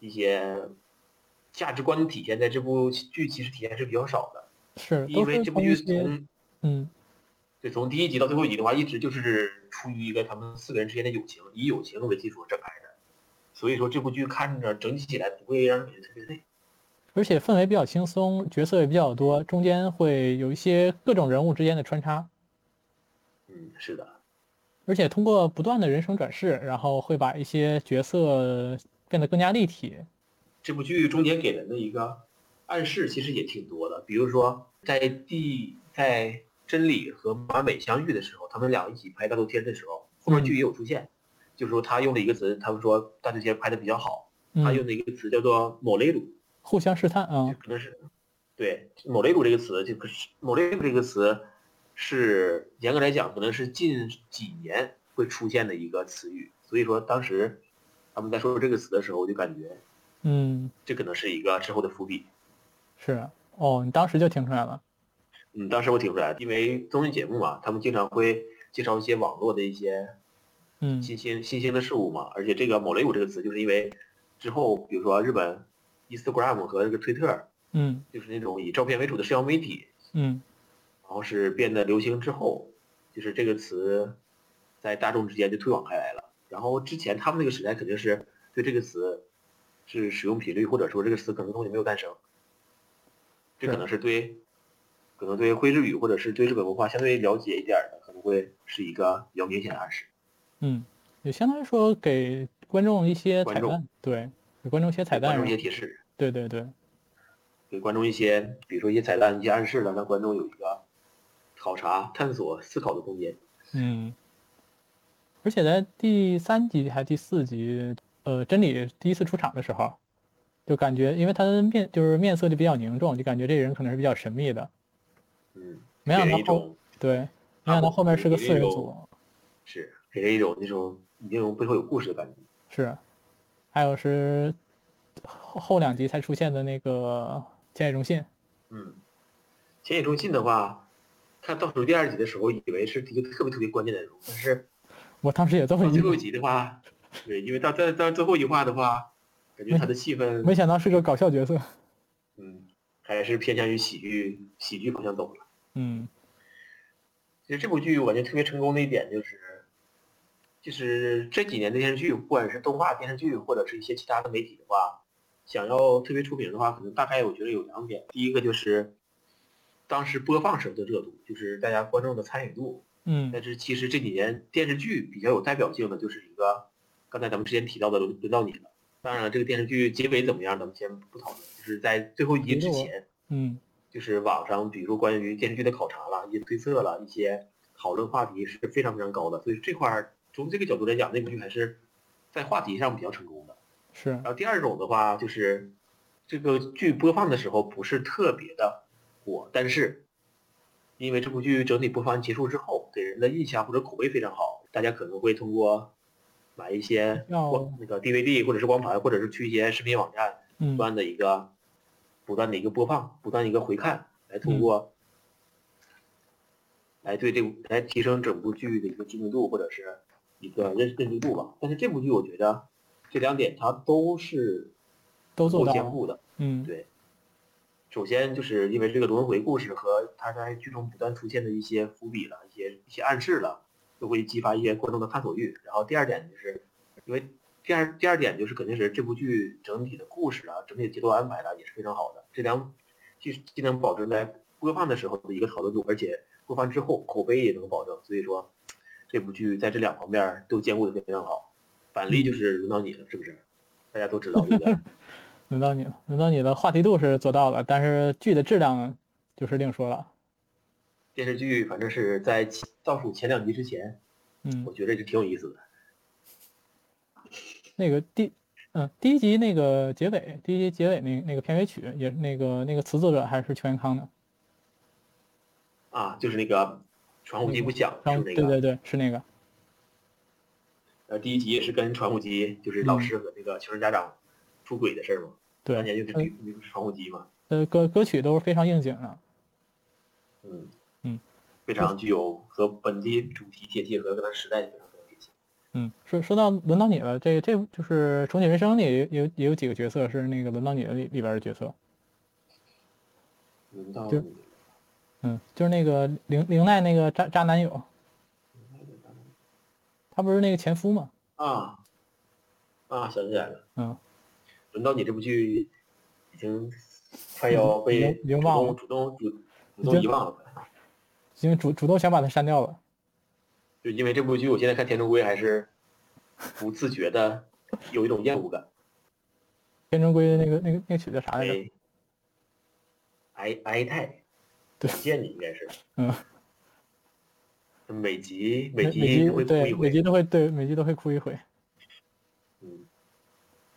一些价值观的体现，在这部剧其实体现是比较少的，是，因都为是这部从一剧些从嗯对，从第一集到最后一集的话，一直就是出于一个他们四个人之间的友情，以友情为基础展开的。所以说这部剧看着整体起来不会让人觉得特别累。而且氛围比较轻松，角色也比较多，中间会有一些各种人物之间的穿插，嗯，是的，而且通过不断的人生转世，然后会把一些角色变得更加立体。这部剧中间给人的一个暗示其实也挺多的，比如说在第在真理和马美相遇的时候，他们俩一起拍《大头贴》的时候，后面剧也有出现，就是说他用了一个词，他们说《大头贴》拍的比较好，他用嗯，的一个词叫做“某雷鲁”。互相试探啊，可能是对“某类乳”这个词，这个是“某类乳”这个词是严格来讲，可能是近几年会出现的一个词语。所以说，当时他们在说这个词的时候，我就感觉嗯，这可能是一个之后的伏笔。是哦，你当时就听出来了，嗯，当时我听出来，因为综艺节目嘛，他们经常会介绍一些网络的一些嗯，新兴新兴的事物嘛。而且这个“某类乳”这个词，就是因为之后，比如说日本 Instagram 和这个推特，嗯就是那种以照片为主的社交媒体，嗯然后是变得流行之后，就是这个词在大众之间就推广开来了。然后之前他们那个时代肯定是对这个词是使用频率，或者说这个词可能根本就没有诞生。这可能是对，可能对会日语或者是对日本文化相对了解一点儿的，可能会是一个比较明显的暗示。嗯，也相当于说给观众一些彩观众蛋，对，给观众一些彩给观蛋众一些啊，提示，对对对，给观众一些，比如说一些彩蛋、一些暗示了，让观众有一个考察、探索、思考的空间。嗯，而且在第三集还是第四集，呃，真理第一次出场的时候，就感觉因为他的面就是面色就比较凝重，就感觉这人可能是比较神秘的，嗯，没想给到人一后种对，没想到后面是个四人组，是给人一种那种已经有背后有故事的感觉。是，还有是后后两集才出现的那个千叶忠信，嗯，浅野忠信的话，看倒数第二集的时候，以为是一个特别特别关键的人物，但是我当时也这么到一最后一集的话，对，因为到到到最后一话的话，感觉他的气氛，没想到是个搞笑角色。嗯，还是偏向于喜剧喜剧方向走了。嗯其实这部剧我感觉特别成功的一点就是，就是这几年的电视剧，不管是动画电视剧或者是一些其他的媒体的话，想要特别出名的话，可能大概我觉得有两点。第一个就是当时播放时候的热度，就是大家观众的参与度。嗯但是其实这几年电视剧比较有代表性的就是一个，刚才咱们之前提到的《轮轮到你了》。当然了，这个电视剧结尾怎么样，咱们先不讨论。就是在最后一集之前，嗯就是网上比如说关于电视剧的考察了、一些推测了、一些讨论话题是非常非常高的。所以这块儿从这个角度来讲，那部剧还是在话题上比较成功的。是然后第二种的话就是，这个剧播放的时候不是特别的火，但是因为这部剧整体播放结束之后，给人的印象或者口碑非常好，大家可能会通过买一些要光那个 DVD 或者是光盘，或者是去一些视频网站不嗯断的一个不断的一个播放，不断的一个回看，来通过来对这部来提升整部剧的一个知名度或者是一个认认知度吧。但是这部剧我觉得这两点它都是都做够到兼了顾的。嗯对，首先就是因为这个轮回故事和它在剧中不断出现的一些伏笔了、一些一些暗示了，都会激发一些观众的探索欲。然后第二点就是，因为第二第二点就是肯定是这部剧整体的故事啊，整体的节奏安排了也是非常好的，这两既既能保证在播放的时候的一个讨论度，而且播放之后口碑也能保证。所以说，这部剧在这两方面儿都兼顾的非常好。反例就是轮到你了，是不是？大家都知道这个。轮到你了，轮到你的话题度是做到了，但是剧的质量就是另说了。电视剧反正是在其倒数前两集之前，嗯我，觉得就挺有意思的。那个第嗯第一集那个结尾，第一集结尾那那个片尾曲也是那个那个词作者还是邱元康的，啊，就是那个传呼机不响，然是后不是对那对个？对是那个，呃，第一集也是跟传呼机，就是老师和那个学生家长出轨的事儿嘛。当年嗯对，嗯就是那那个传呼机嘛，呃歌歌曲都是非常应景的，嗯嗯，非常具有和本地主题贴切，和跟他时代非常非常贴切。嗯，说说到轮到你了，这这就是《重启人生》里也有也有几个角色是那个轮到你了里里边的角色，轮到对嗯，就是那个玲玲奈那个渣渣男友，他不是那个前夫嘛，啊啊，想起来了，嗯，轮到你这部剧已经快要嗯已被经已经忘了主动主动主已主经动遗忘了。因为主主动想把他删掉了，就因为这部剧，我现在看田中圭还是不自觉的有一种厌恶感。天中龟那个那个那个曲叫啥来着？哎，哀哀太，对想见你应该是，嗯嗯，每集每每集都集会哭对一每回，集都会对每集都会哭一回。嗯，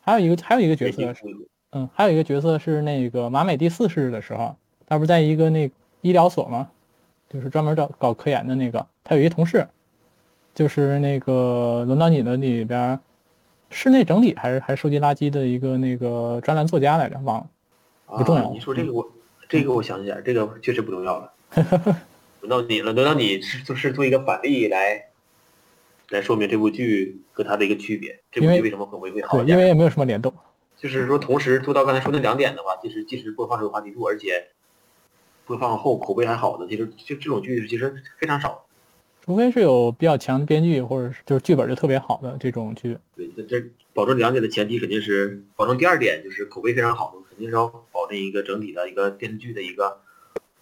还有一个还有一个角每集色，哭一回。嗯，还有一个角色是那个马美第四世的时候，他不是在一个那医疗所吗？就是专门搞搞科研的那个，他有一同事，就是那个轮到你的里边儿，室内整理还是还是收集垃圾的一个那个专栏作家来着，忘了。不重要啊。你说这个我，这个我想起来，这个确实不重要了。 轮到你了，轮到你是就是做一个反例来，来说明这部剧和它的一个区别。这部因为剧为什么口碑会好对，一因点？为也没有什么联动。就是说，同时做到刚才说那两点的话，就是即使播放时有话题度，而且播放后口碑还好的，其实就这种剧其实非常少。除非是有比较强的编剧，或者是就是剧本就特别好的这种剧，对，这这保证两点的前提肯定是保证第二点就是口碑非常好的，肯定是要保证一个整体的一个电视剧的一个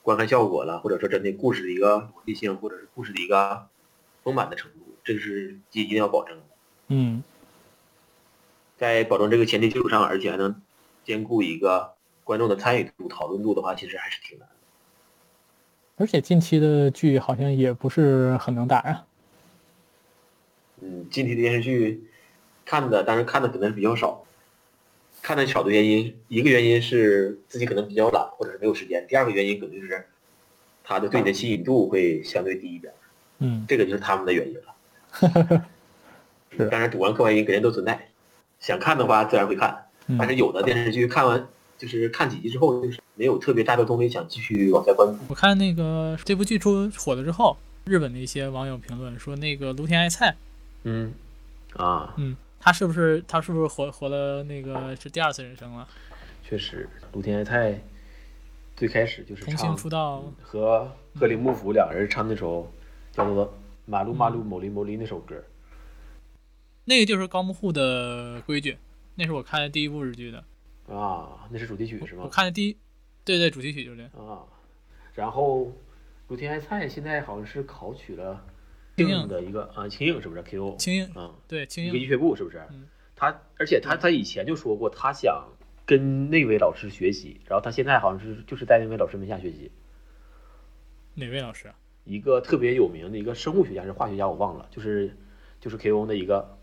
观看效果了，或者说整体故事的一个逻辑性，或者是故事的一个丰满的程度，这个是一一定要保证的。嗯，在保证这个前提基础上，而且还能兼顾一个观众的参与度、讨论度的话，其实还是挺难的。而且近期的剧好像也不是很能打呀、嗯，近期的电视剧看的，但是看的可能比较少，看的少的原因，一个原因是自己可能比较懒，或者是没有时间；第二个原因可能就是它的对啊你的吸引度会相对低一点，嗯，这个就是他们的原因了。 是当然主观客观原因肯定都存在，想看的话自然会看，嗯但是有的电视剧看完就是看几集之后，就是没有特别大的动力想继续往下关注。我看那个这部剧出火了之后，日本的一些网友评论说，那个芦田爱菜，嗯，啊，嗯，他是不是他是不是活活了那个是第二次人生了？确实，露天爱菜最开始就是重新唱出道，和和铃木福两人唱那首叫做《马路马路某林某林》那首歌，那个就是高木户的规矩，那是我看的第一部日剧的，啊，那是主题曲是我吗？看的第一，对对，主题曲就是这，啊，然后鲁天爱菜现在好像是考取了庆应应的一个啊，庆应是不是 Q？青樱，啊，对青一个医樱，学部是不是？嗯他而且他他以前就说过，他想跟那位老师学习，然后他现在好像是就是在那位老师门下学习，哪位老师啊？一个特别有名的一个生物学家还是化学家，我忘了，就是就是 KO 的一个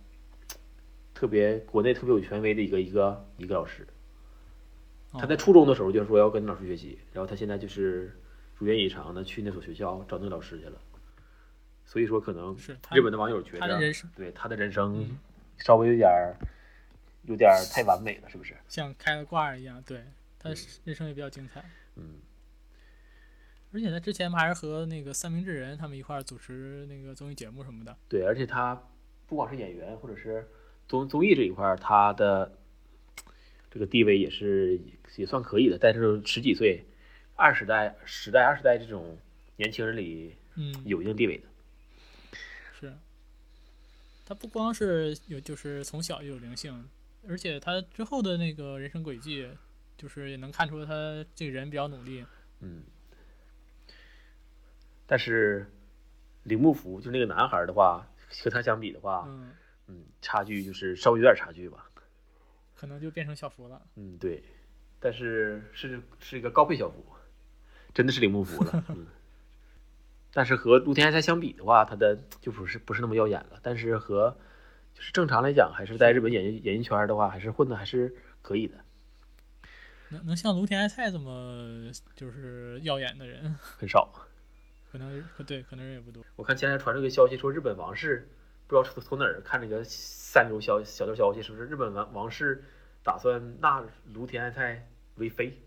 特别国内特别有权威的一个一个一个老师。哦他在初中的时候就说要跟老师学习，然后他现在就是如愿以偿的去那所学校找那个老师去了。所以说，可能是他日本的网友觉他的人得生，嗯对他的人生稍微有点儿有点儿太完美了，是不是？像开了挂一样，对他人生也比较精彩。嗯，而且他之前不还是和那个三明治人他们一块儿主持那个综艺节目什么的，对，而且他不光是演员，或者是综综艺这一块儿，他的这个地位也是也算可以的。但是十几岁、二十代、十代、二十代这种年轻人里嗯，有一定地位的。是，他不光是有，就是从小就有灵性，而且他之后的那个人生轨迹，就是也能看出他这个人比较努力。嗯，但是铃木福就是那个男孩儿的话，和他相比的话，嗯，嗯，差距就是稍微有点差距吧。可能就变成小福了。嗯，对，但是是是一个高配小福，真的是铃木福 了。嗯，但是和陆天爱菜相比的话，他的就不是不是那么耀眼了。但是和就是正常来讲，还是在日本演艺演艺圈儿的话，还是混的还是可以的。能能像芦田爱菜这么就是耀眼的人，很少。可能对，可能人也不多。我看前两天传这个消息，说日本王室不知道从哪儿看这个三流消小道消息，是不是日本王王室打算纳芦田爱菜为妃？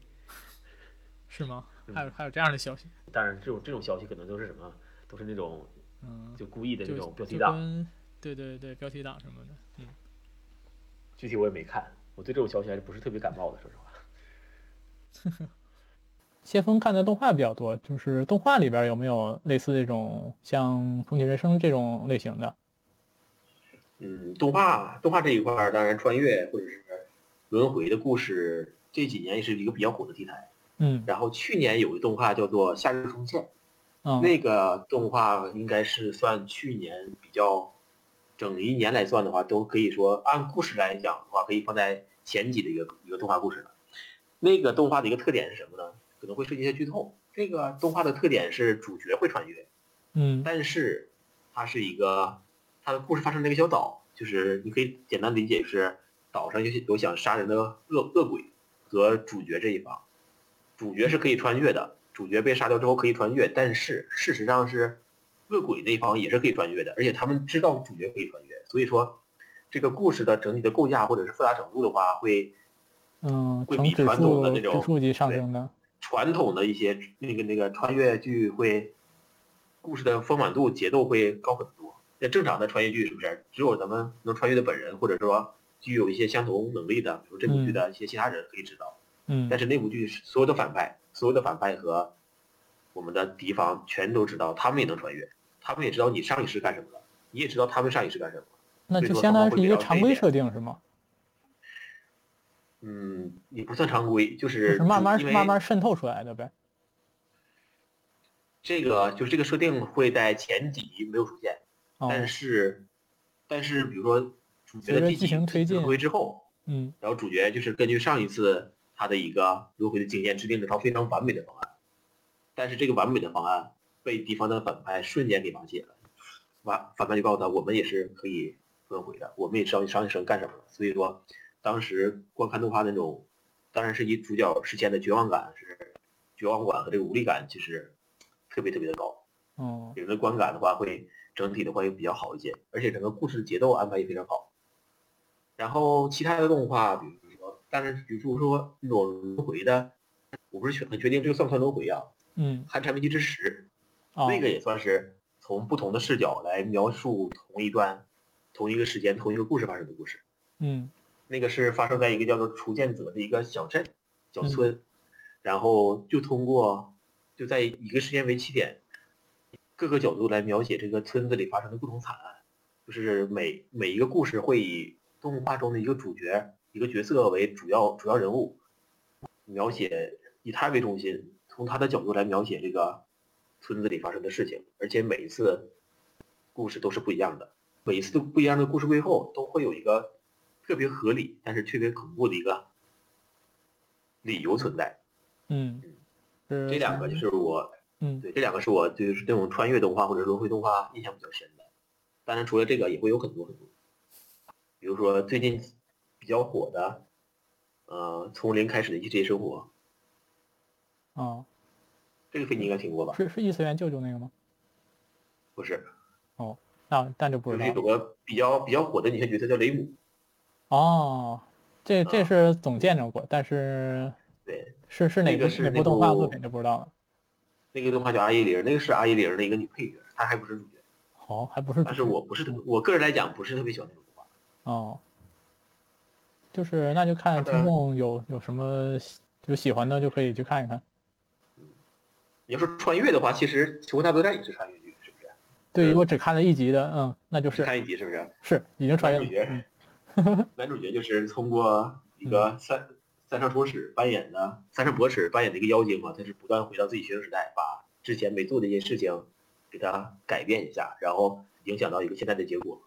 是吗？嗯还有还有这样的消息，当然，这种这种消息可能都是什么，都是那种嗯，就故意的那就种标题就党。跟对对对，标题党什么的，嗯，具体我也没看，我对这种消息还是不是特别感冒的，说实话。先锋看的动画比较多，就是动画里边有没有类似这种像《重启人生》这种类型的？嗯，动画动画这一块儿，当然穿越或者是轮回的故事，这几年也是一个比较火的题材。嗯然后去年有一动画叫做《夏日重现》，嗯那个动画应该是算去年比较，整一年来算的话，都可以说按故事来讲的话，可以放在前几的一个一个动画故事了。那个动画的一个特点是什么呢？可能会涉及一些剧透。这个动画的特点是主角会穿越，嗯但是它是一个，它的故事发生在一个小岛，就是你可以简单理解是岛上有些有想杀人的恶恶鬼和主角这一方，主角是可以穿越的，主角被杀掉之后可以穿越，但是事实上是恶鬼那一方也是可以穿越的，而且他们知道主角可以穿越，所以说这个故事的整体的构架或者是复杂程度的话，会嗯，会呈比指传统的数那种指数级上升的。传统的一些那个那个穿越剧会，故事的丰满度、节奏会高很多。那正常的穿越剧是不是只有咱们能穿越的本人，或者说具有一些相同能力的，比如这部剧的一些其他人可以知道？嗯但是那部剧是所有的反派，所有的反派和我们的敌方全都知道，他们也能穿越，他们也知道你上一世干什么了，你也知道他们上一世干什么。那最就多相可当能于是会一个比较常内规敛设定是吗？嗯，也不算常规，就就是是慢慢因为慢慢渗透出来的呗。这个就是这个设定会在前几集没有出现。哦，但是，但是比如说主角随着的第剧几情推进轮回之后，嗯然后主角就是根据上一次他的一个轮回的经验制定了一套非常完美的方案，但是这个完美的方案被敌方的反派瞬间给瓦解了，反反派就告诉他我们也是可以轮回的，我们也知道你上一生干什么了，所以说当时观看动画那种，当然是以主角实现的绝望感是绝望感和这个无力感其实特别特别的高。哦给人的观感的话，会整体的话会比较好一些，而且整个故事节奏安排也非常好。然后其他的动画，比如说，但是比如说那种轮回的，我不是确很确定这个算不算轮回啊？嗯《寒蝉鸣泣之时》哦那个也算是从不同的视角来描述同一段、同一个时间、同一个故事发生的故事。嗯那个是发生在一个叫做初见泽的一个小镇、小村，然后就通过就在一个时间为起点，各个角度来描写这个村子里发生的不同惨案，就是每每一个故事会以动画中的一个主角、一个角色为主要主要人物，描写以他为中心，从他的角度来描写这个村子里发生的事情，而且每一次故事都是不一样的，每一次都不一样的故事背后都会有一个特别合理但是特别恐怖的一个理由存在。嗯，是这两个就是我嗯对，这两个是我就是那种穿越动画或者轮回动画印象比较深的。当然，除了这个，也会有很多很多，比如说最近比较火的，呃，从零开始的异世界生活，哦，这个飞你应该听过吧？是是异次元舅舅那个吗？不是，那但就不就知是道有了。个比较比较火的女性角色叫雷姆，哦，这这啊是总见着过，但是对，是是哪那个部是哪那部动画作部品就不知道了。那个动画叫阿依玲，那个是阿依玲的一个女配角，她还不是主角。好，哦还不是主但是角我不是特别，我个人来讲不是特别喜欢那种动画。哦，就是那就看的听众有有什么喜有喜欢的就可以去看一看。你要说穿越的话，其实《求婚大作战》也是穿越剧，是不是？对于嗯我只看了一集的，嗯，那就只是看一集，是不是？是已经穿越主了。嗯角，男主角就是通过一个三三上博史扮演的三上博史扮演的一个妖精嘛，他是不断回到自己学生时代，把之前没做的一些事情给他改变一下，然后影响到一个现在的结果。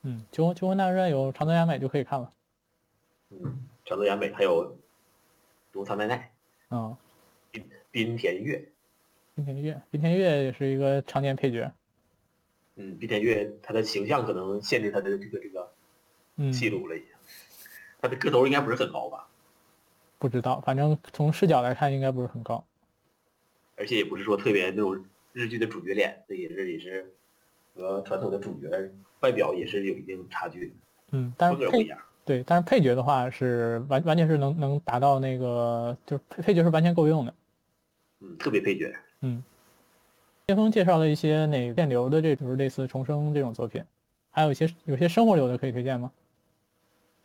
嗯，求求婚大作战有长泽雅美就可以看了。嗯，长泽雅美还有罗仓奈奈、嗯，滨田月，冰田月，冰田月也是一个常年配角。嗯，滨田月她的形象可能限制她的这个这个嗯，戏路了已经，她的个头应该不是很高吧，不知道，反正从视角来看应该不是很高。而且也不是说特别那种日剧的主角脸，这也是也是和传统的主角外表也是有一定差距，嗯，但风是格不一配样。对，但是配角的话是完完全是能能达到那个，就是配配角是完全够用的。嗯，特别配角。先锋介绍了一些哪电流的这，比如类似重生这种作品，还有一些有些生活流的可以推荐吗？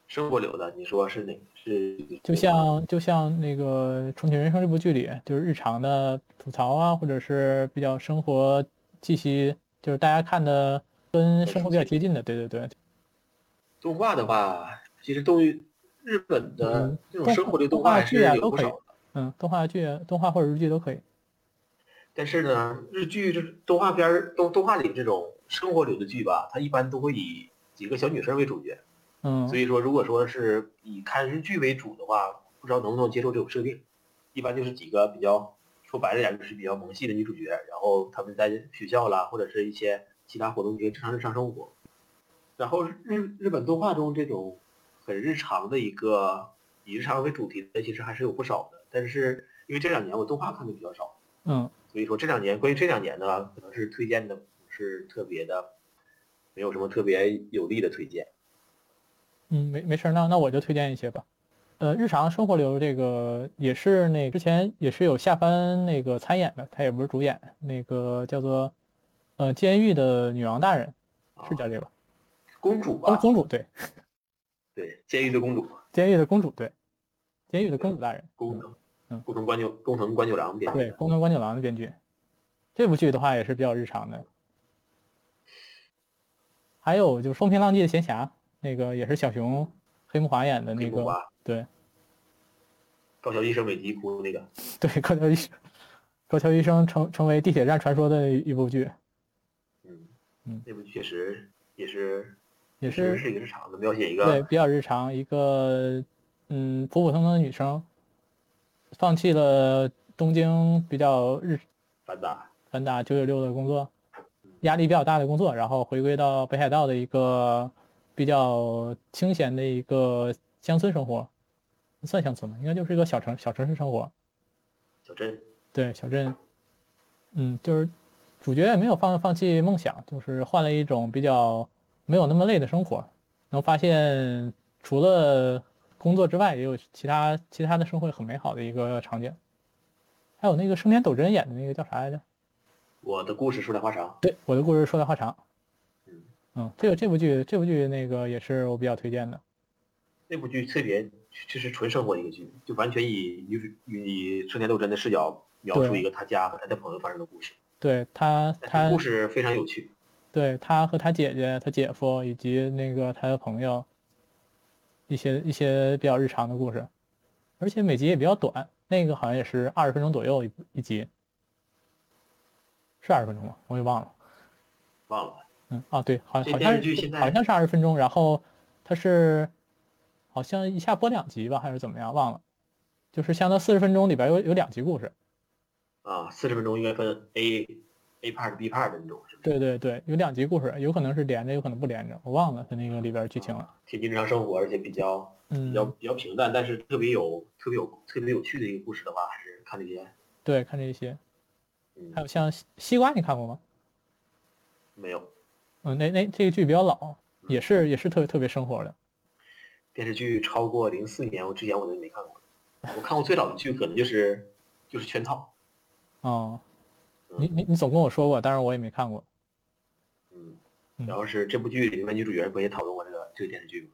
生活流的，你说是哪？是就像就像那个《重启人生》这部剧里，就是日常的吐槽啊，或者是比较生活气息，就是大家看的跟生活比较接近的，对对对，动画的话，其实动于日本的嗯这种生活流动画还是动画剧啊有都不可以少的。嗯，动画剧、动画或者日剧都可以。但是呢，日剧这动画片儿动动画里这种生活流的剧吧，它一般都会以几个小女生为主角。嗯所以说，如果说是以看日剧为主的话，不知道能不能接受这种设定。一般就是几个比较说白了点，就是比较萌系的女主角，然后她们在学校啦，或者是一些其他活动中正常日常生活。然后日日本动画中这种很日常的一个以日常为主题的，其实还是有不少的。但是因为这两年我动画看的比较少，嗯，所以说这两年关于这两年呢，可能是推荐的不是特别的，没有什么特别有力的推荐。嗯，没没事儿，那那我就推荐一些吧。呃，日常生活流这个也是那之前也是有下番那个参演的，他也不是主演，那个叫做呃监狱的女王大人啊是叫这个吧？公主吧哦，，公主对，对，监狱的公主，监狱的公主对，监狱的公主大人。工藤嗯，工藤官九工藤官九郎编对，剧《的。宫藤官九郎》的编剧，这部剧的话也是比较日常的。还有就是《风平浪静的闲暇》，那个也是小熊黑木华演的那黑木个，华对高桥医生美吉哭那个， 对，高桥医生，高桥医生成成为地铁站传说的一部剧，嗯嗯那部确实也是也确实是是一个日常的描写一对个比较日常一个嗯普普通通的女生，放弃了东京比较日反打，反打九九六的工作，压力比较大的工作，然后回归到北海道的一个比较清闲的一个乡村生活，不算乡村吧，应该就是一个小城小城市生活。小镇对，小镇，嗯，就是主角也没有放放弃梦想，就是换了一种比较没有那么累的生活，能发现除了工作之外，也有其他其他的生活很美好的一个场景。还有那个生田斗真演的那个叫啥来着？我的故事说来话长，对，我的故事说来话长。嗯嗯，这个这部剧，这部剧那个也是我比较推荐的。那部剧特别就是纯生活的一个剧，就完全以女主以生田斗真的视角描述对一个他家和他的朋友发生的故事，对他，但他是故事非常有趣，对他和他姐姐、他姐夫以及那个他的朋友，一些一些比较日常的故事，而且每集也比较短，那个好像也是二十分钟左右一一集，是二十分钟吗？我也忘了。忘了。嗯啊，对，好这好电像视剧是现在好像是二十分钟，然后它是好像一下播两集吧，还是怎么样？忘了，就是相当四十分钟里边有有两集故事。啊，四十分钟应该分 A A part B part 的那种，是不是？对对对，有两集故事，有可能是连着，有可能不连着，我忘了它那个里边剧情了。挺日常生活，而且比较啊比嗯，较比较平淡，但是特别有特别有特别有趣的一个故事的话，还是看这些。对，看这些，嗯还，有像西西瓜，你看过吗？没有嗯，那那这个剧比较老，也是也是特别特别生活的。电视剧超过零四年，我之前我都没看过。我看过最早的剧可能就是就是圈套，哦，嗯你你你总跟我说过，但是我也没看过。嗯，嗯然后是这部剧里面女主角不也讨论过这个这个电视剧吗？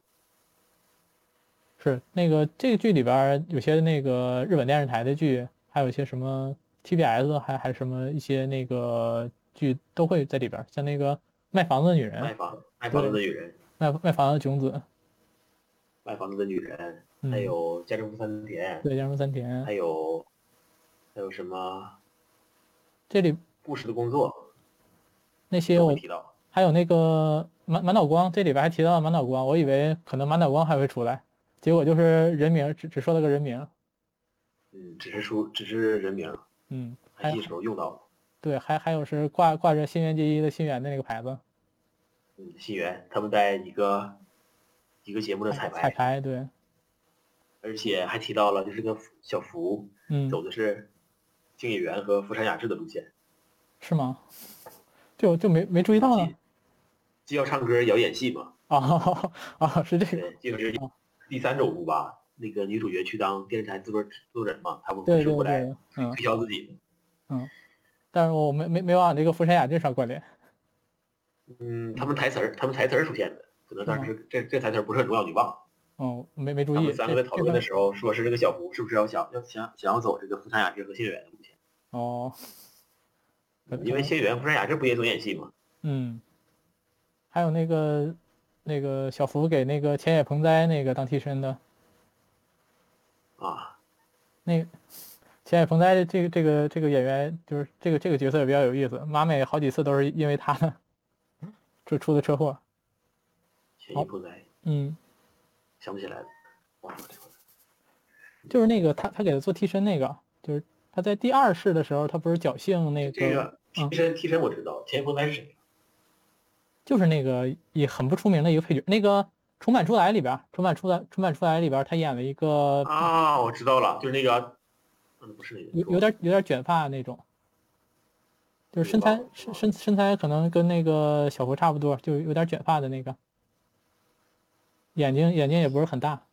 是那个这个剧里边儿有些那个日本电视台的剧，还有一些什么 TBS，还啊还什么一些那个剧都会在里边儿，像那个卖房子的女卖人，房卖房子的女人，卖卖房子的种子，卖房子的女人，嗯，还有家政妇三田，对，江户三田还，有还有什么这里故事的工作那些都我没提到。还有那个满满脑光，这里边还提到了满脑光，我以为可能满脑光还会出来，结果就是人名儿只只说了个人名儿，嗯，只是说只是人名，嗯，还还记得时候用到了。对，还还有是挂挂着新垣结衣的新垣的那个牌子，嗯，新源他们在一个一个节目的彩彩排，排，对，而且还提到了就是跟小福嗯，走的是敬野原和福山雅治的路线，是吗？就就没没注意到呢既。既要唱歌也要演戏嘛。 哦哦，是嗯这个，对，就是第三周目吧，那个女主角去当电视台制作制作人嘛，她不对是对过来对，嗯推，销自己。但是我没没没往这个福山雅治上关联。嗯，他们台词儿，他们台词儿出现的，可能当是时这这台词儿不是很重要，你忘了。哦，没没注他意。们三个在这讨这论方的时候，说是这个小胡是不是要想要想想要走这个福山雅治和新垣的路线？哦，可因可为能新垣福山雅治不也总演戏吗？嗯，还有那个那个小福给那个千叶鹏哉那个当替身的啊，那个千叶鹏哉这个这个这个演员，就是这个这个角色比较有意思。妈美好几次都是因为他呢嗯 出出的车祸。悬疑不在，嗯，想不起来了，忘了这会儿。就是那个他他给他做替身那个，就是他在第二世的时候，他不是侥幸那这个嗯替身替身我知道，田鹏来是谁？就是那个也很不出名的一个配角，那个《重版出来》里边儿，《重版出来》《重版出来》里边儿，他演了一个啊，我知道了，就是那个，嗯，不是那呃有个，有点有点卷发那种，就是身材身身身材可能跟那个小胡差不多，就有点卷发的那个，眼睛眼睛也不是很大，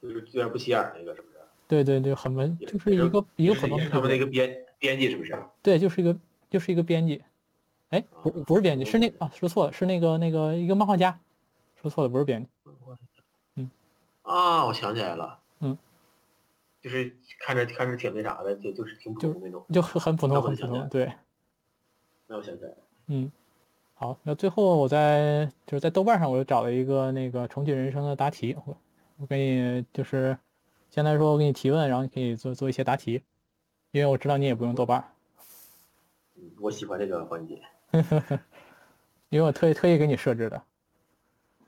就是有点不起眼儿那个，是不是？对对对，很文，就是一个一个普通的也是他们配那角，个编编辑是不是？啊对，就是一个就是一个编辑，哎，不是不是编辑，是那啊说错了，是那个那个一个漫画家，说错了，不是编辑，嗯啊，我想起来了，嗯，就是看着看着挺那啥的，就就是挺普通那种。就很很普那通我很就普想通，起对。那我想起来了，嗯，好，那最后我在就是在豆瓣上，我又找了一个那个重启人生的答题，我我给你就是相当于说我给你提问，然后你可以做做一些答题，因为我知道你也不用豆瓣儿，嗯，我喜欢这个环节。因为我特意特意给你设置的，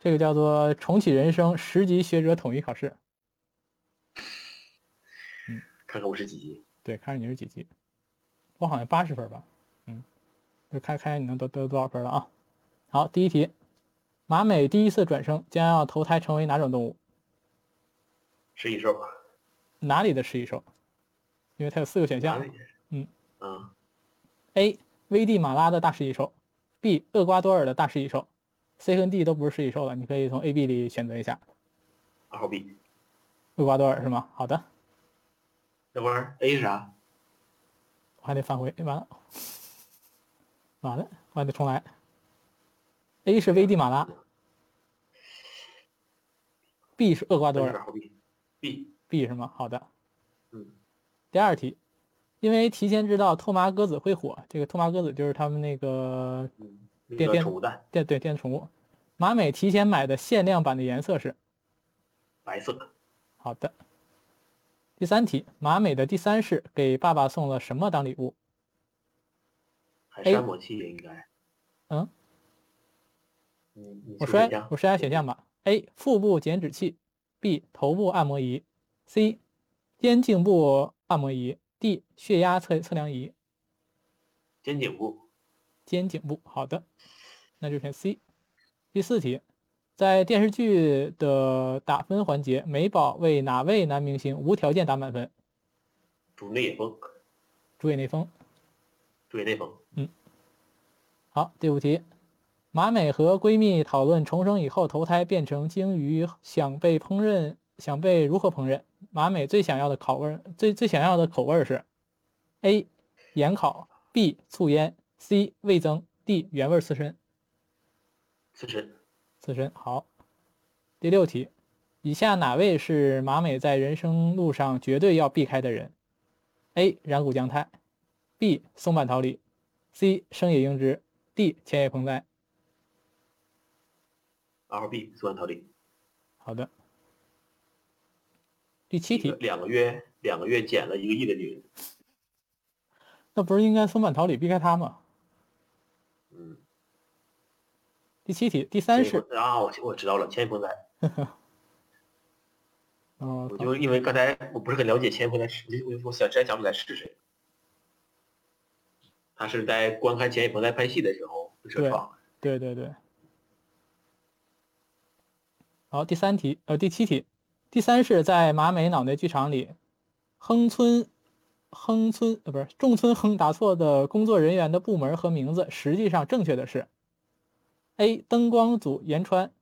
这个叫做重启人生十级学者统一考试，看看我是几级？对，看看你是几级，我好像八十分吧，嗯，就看看你能得得多少分了啊。好，第一题，马美第一次转生将要投胎成为哪种动物？食蚁兽，哪里的食蚁兽？因为它有四个选哪项里？嗯啊， ：A. 危地马拉的大食蚁兽，B. 厄瓜多尔的大食蚁兽，C 和 D 都不是食蚁兽了，你可以从 A、B 里选择一下。二号 B，厄瓜多尔是吗？好的，那玩意儿 A 是啥？我还得返回，哎完了，完了，我还得重来。A 是危地马拉，B 是厄瓜多那是尔二号 B，B， ，B 是吗？好的。嗯，第二题，因为提前知道透麻鸽子会火，这个透麻鸽子就是他们那个那电嗯个电宠物蛋电对电子宠物，马美提前买的限量版的颜色是白色，好的。第三题，马美的第三世给爸爸送了什么当礼物？还哎是按摩器应该。嗯，你你我说摔一下我摔下选项吧。A. 腹部减脂器，B. 头部按摩仪，C. 肩颈部按摩仪，D. 血压测测量仪。肩颈部肩颈部。好的，那就选 C。第四题，在电视剧的打分环节，美宝为哪位男明星无条件打满分？主内野风，竹野内丰。主野内风，好，第五题，马美和闺蜜讨论重生以后投胎变成鲸鱼，想被烹饪，想被如何烹饪？马美最想要的口味儿，最最想要的口味儿是：A. 盐烤，B. 醋腌，C. 味增，D. 原味儿刺身。刺身刺身好。第六题，以下哪位是马美在人生路上绝对要避开的人？A. 染谷将太，B. 松坂桃李，C. 生野英之，D. 千叶蓬莱。 R B 四万桃李。好的。第七题，两个月两个月减了一个亿的女人，那不是应该松坂桃李避开他吗？嗯，第七题，第三哦千世，叶啊，我我知道了，千叶风仔，嗯、我就因为刚才我不是很了解千叶风仔是，我我想实在想不起来是谁。他是在观看千叶鹏在拍戏的时候车撞的，对对对。好，第三题，呃，第七题，第三是在马美脑袋剧场里，亨村，亨村呃不是仲村亨答错的工作人员的部门和名字，实际上正确的是：A. 灯光组岩川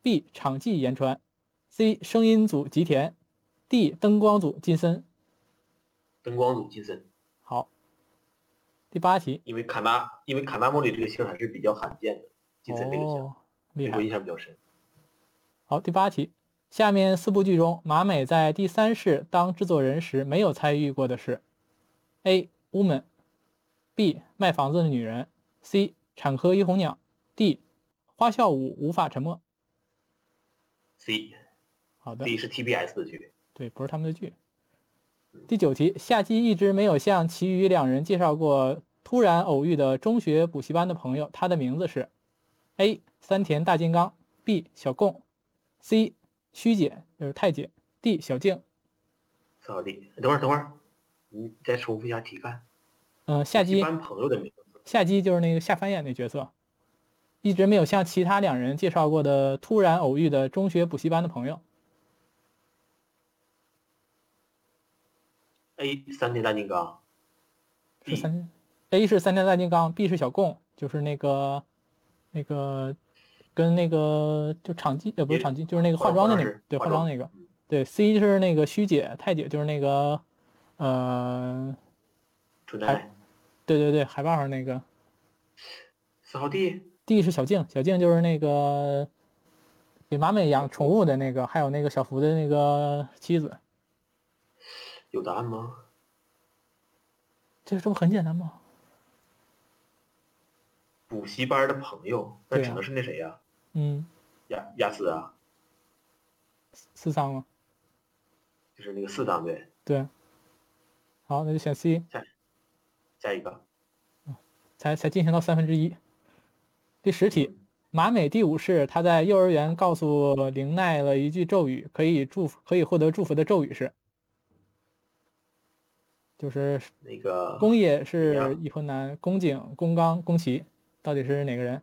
，B. 场记岩川，C. 声音组吉田，D. 灯光组金森。灯光组金森，好，第八题，因为卡纳因为卡纳莫里这个姓还是比较罕见的，金森这个姓，哦，厉对害我。印象比较深。好，第八题，下面四部剧中，马美在第三世当制作人时没有参与过的是：A. Woman B. 卖房子的女人 C. 产科一红鸟 D. 花笑舞无法沉默。 C 好的， C 是 TBS 的剧，对，不是他们的剧。第九题，夏姬一直没有向其余两人介绍过突然偶遇的中学补习班的朋友，他的名字是：A. 三田大金刚，B. 小贡，C. 虚姐就是太姐，D. 小静。四号地。等会儿等会儿，你再重复一下题干。嗯、夏一姬，般朋友的名字，夏姬就是那个夏帆演那角色，一直没有向其他两人介绍过的突然偶遇的中学补习班的朋友。 A 三田大金刚是，B 三，A 是三田大金刚，B 是小贡，就是那个那个跟那个就场记呃不是场记，就是那个化妆的那个，对化妆嗯那个，对 C 是那个虚姐太姐，就是那个呃春奈还对对对海报上那个四号地 D 是小静，小静就是那个给马美养宠物的那个，还有那个小福的那个妻子，有答案吗？这这不很简单吗？补习班的朋友，那对啊只能是那谁呀、嗯，亚亚斯啊，四三吗？就是那个四档呗。对，好，那就选 C。下一个，才才进行到三分之一。第十题，马美第五世，他在幼儿园告诉玲奈了一句咒语，可以祝福，可以获得祝福的咒语是，就是那个宫野呀是已婚男，宫井、宫刚、宫崎，到底是哪个人？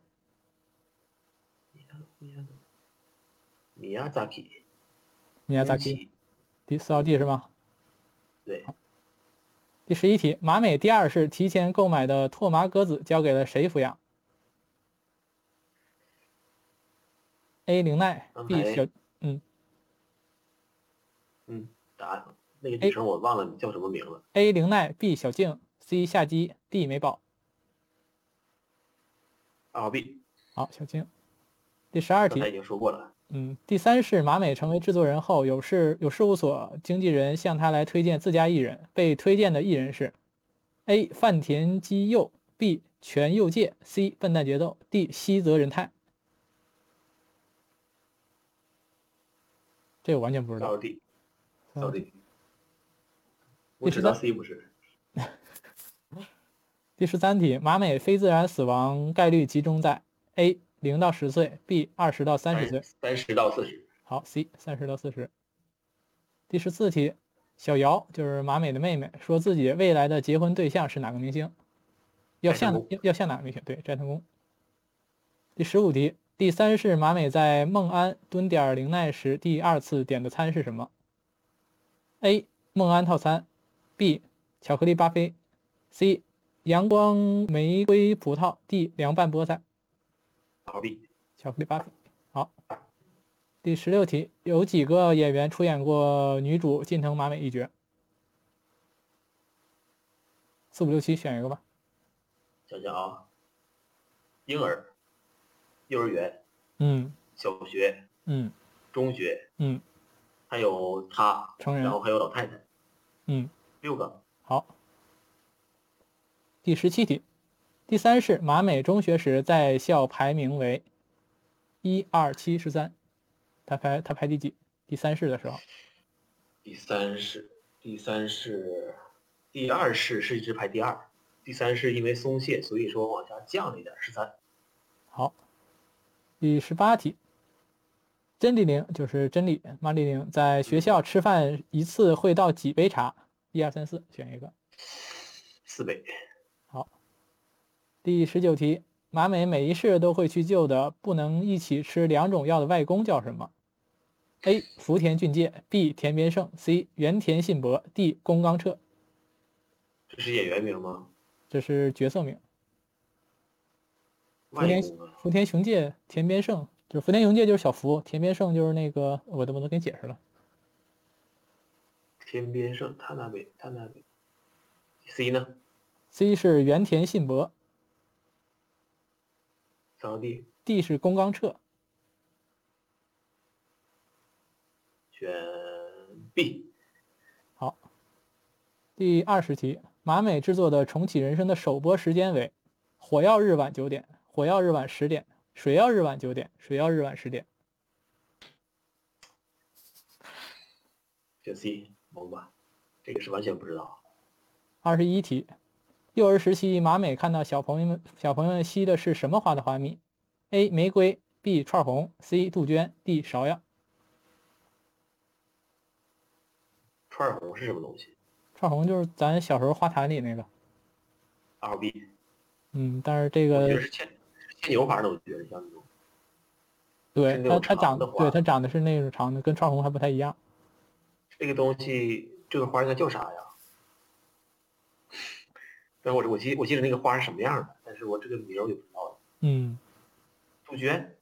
米亚扎基，米米亚萨基基，第四号 D 是吗？对，第十一题，马美第二世提前购买的拓麻鸽子交给了谁抚养？A. 玲奈安排，B. 小嗯，答案那个女生我忘了叫什么名了。 A 玲奈，B 小静，C 夏姬，D 美宝。二号 B 好，小静。第十二刚才已题，经说过了，嗯，第三是马美成为制作人后，有事有事务所经纪人向他来推荐自家艺人，被推荐的艺人是：A. 饭田基佑，B. 全佑介，C. 笨蛋决斗，D. 西泽仁太。这我完全不知道到。底到底，第我十知道三 C 不是，第十三题，马美非自然死亡概率集中在 A 零到十岁，B 二十到哎三十岁，三十到四十，好，C 三十到四十。第十四题，小姚就是马美的妹妹，说自己未来的结婚对象是哪个明星？要斋藤像工要要像哪个明星？对，斋藤工。第十五题，第三是马美在孟安蹲点儿灵奈时第二次点的餐是什么？A. 孟安套餐，B. 巧克力巴菲，C. 阳光玫瑰葡萄，D. 凉拌菠菜。逃避巧克力巴比。好，第十六题，有几个演员出演过女主近藤麻美一角？四五六七选一个吧。想想啊，婴儿、幼儿园、嗯小学、嗯中学，嗯还有他，成人然后还有老太太，嗯，六个，好。第十七题，第三是麻美中学时在校排名为一二七十三，她排她排第几？第三世的时候，第三是第三是第二是是一直排第二，第三是因为松懈，所以说往下降了一点，十三。好，第十八题，真理玲就是真理马丽玲在学校吃饭一次会倒几杯茶？一二三四，选一个。四倍，第十九题，马美每一世都会去救的，不能一起吃两种药的外公叫什么？A. 福田俊介，B. 田边胜，C. 原田信博，D. 宫冈彻。这是演员名吗？这是角色名。福外田公啊，福田雄介、田边胜，就是福田雄介就是小福，田边胜就是那个我都不能给你解释了。天边胜，他那边，他那边。C 呢？ C 是原田信博三个 D ，D 是宫冈彻。选 B，第二十题，马美制作的《重启人生》的首播时间为：火曜日晚九点，火曜日晚十点，水曜日晚九点，水曜日晚十点。选 C，懵吧？这个是完全不知道。二十一题，幼儿时期马美看到小朋友们小朋友们吸的是什么花的花蜜？A. 玫瑰 B. 串红 C. 杜鹃 D. 芍药。串儿红是什么东西？串红就是咱小时候花坛里那个，二 B，嗯，但是这我觉个得是牵是牵牛牌的，我觉得像那种。对是那它它种长长得的对花它长得是那种长的，跟串红还不太一样。这个东西，这个花应该叫啥呀？但是我我记我记得那个花是什么样的，但是我这个名儿我就不知道了。嗯，杜鹃，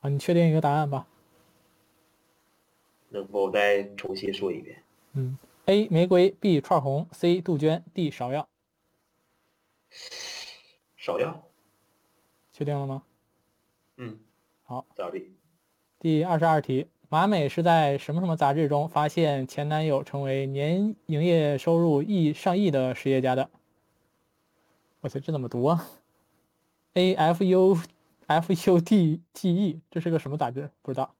啊，你确定一个答案吧？那我再重新说一遍。嗯，A 玫瑰，B 串红，C 杜鹃，D 芍药，芍药，确定了吗？嗯，好，咋地？第二十二题，马美是在什么什么杂志中发现前男友成为年营业收入亿上亿的实业家的？我去，这怎么读啊？A F U F U D T E，这是个什么杂志？不知道。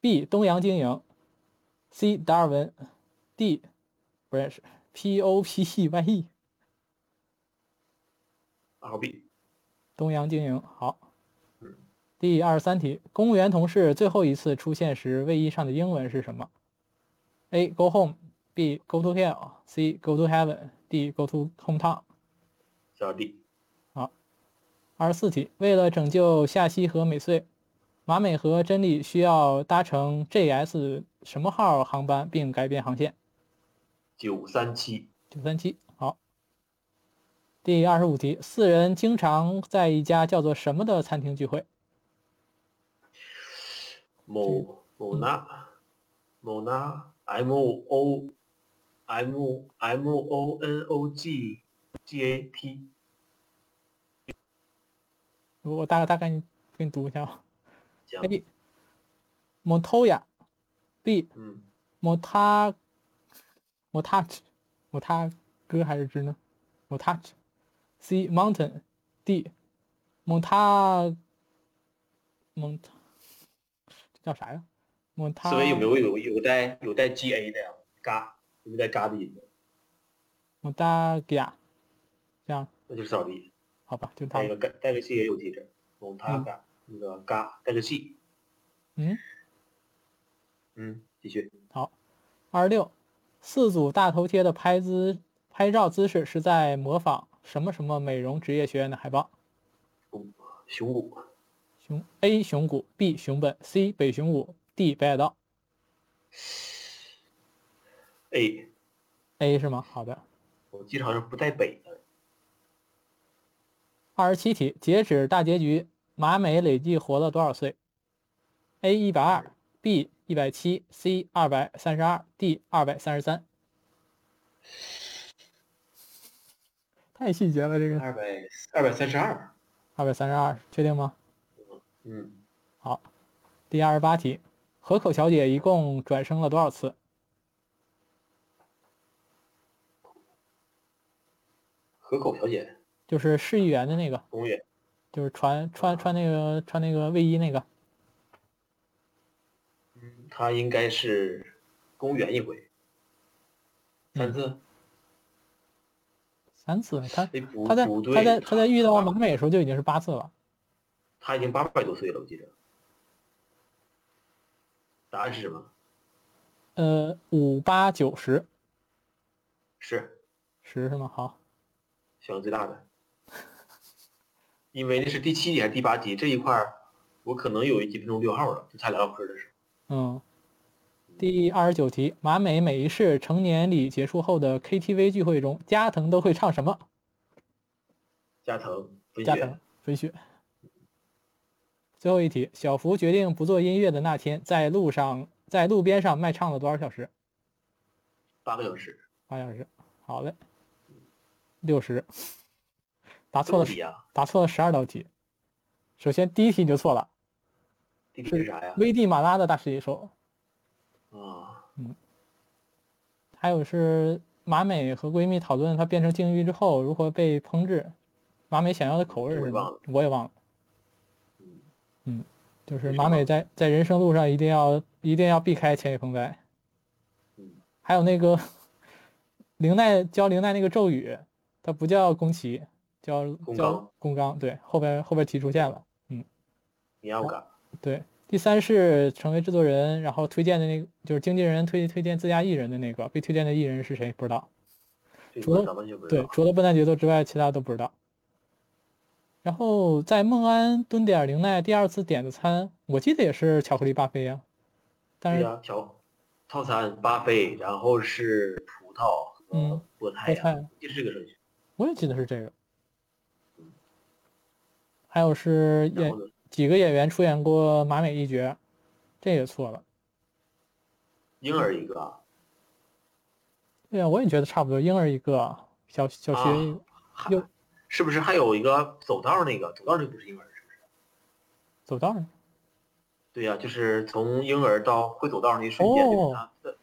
B 东洋经营，C 达尔文，D 不认识，P O P E Y E。二 B，东洋经营好嗯。第二十三题，公务员同事最后一次出现时，卫衣上的英文是什么？A. Go home. B. Go to hell. C. Go to heaven. D. Go to hometown. 咋地？二十四题，为了拯救夏希和美穗，马美和真理需要搭乘 JS 什么号航班并改变航线？九三七，九三七，好。第二十五题，四人经常在一家叫做什么的餐厅聚会？某某那，某那 M O M M O N O G G A T，我我大概大概给你读一下啊。行， A. Montoya B. 嗯， Mota Mota Mota 歌还是之呢？Montach，C mountain，D monta mont，这叫啥呀？monta 思维有没有有有带有带 G A 的呀？嘎，有没有带嘎的音？ montagia，这样那就是扫地，好吧，就它带。个嘎带个 G A 有地址，蒙他嘎那个嘎带个 G，嗯，嗯，继续，二十六，四组大头贴的拍姿拍照姿势是在模仿什么什么美容职业学院的海报？熊谷熊 A 熊谷，B 熊本，C 北熊谷，D 北海道。 A， A 是吗？好的。我记得好像不带北的，二十七题，截止大结局，马美累计活了多少岁？A 一百二，B 一百七，C 二百三十二，D 二百三十三。太细节了，这个二百二百三十二，二百三十二，确定吗？嗯，好，第二十八题，河口小姐一共转生了多少次？河口小姐，就是市议员的那个，公务员，就是穿穿穿那个穿那个卫衣那个，她应该是公务员一回，三嗯次，三次。她哎不她在不对，她在她在遇到马美的时候就已经是八次了。他已经八百多岁了，我记着。答案是什么？呃，五八九十是十是吗？好，选了最大的，因为那是第七集还是第八集这一块儿，我可能有一几分钟溜号了，就差俩唠嗑的时候。嗯。第二十九题，马美每一世成年礼结束后的 KTV 聚会中，加藤都会唱什么？加藤文加学藤飞雪。最后一题，小福决定不做音乐的那天，在路上在路边上卖唱了多少小时？八个小时，八小时。好嘞，六十。答这错了么十，低啊呀？答错了十二道题。首先第一题你就错了，第几是啥呀？危地马拉的大食蚁兽，啊，还有是马美和闺蜜讨论她变成鲸鱼之后如何被烹制，马美想要的口味是我什也忘么了？我也忘了嗯。嗯，就是没马什么美在在人生路上一定要一定要避开千叶风灾嗯。还有那个灵奈教灵奈那个咒语，它不叫宫崎，叫宫叫冈宫冈。对，后边后边题出现了。你啊要干对，第三是成为制作人，然后推荐的那个就是经纪人推推荐自家艺人的那个，被推荐的艺人是谁不知道。这除了个咱们就不知对道，。除了笨蛋节奏之外，其他都不知道。然后在孟安蹲点灵奈第二次点的餐，我记得也是巧克力巴菲呀、啊但对是呀，调套餐巴菲，然后是葡萄和嗯菠菜菠菜呀，就是这个顺序。我也记得是这个。还有是然演后呢？几个演员出演过马美一角，这也错了。婴儿一个，啊对啊呀、我也觉得差不多。婴儿一个，小小学一个啊还又是不是还有一个走道儿那个？走道儿那不是婴儿，是不是？走道上。对呀、就是从婴儿到会走道儿那一瞬哦间，就是他的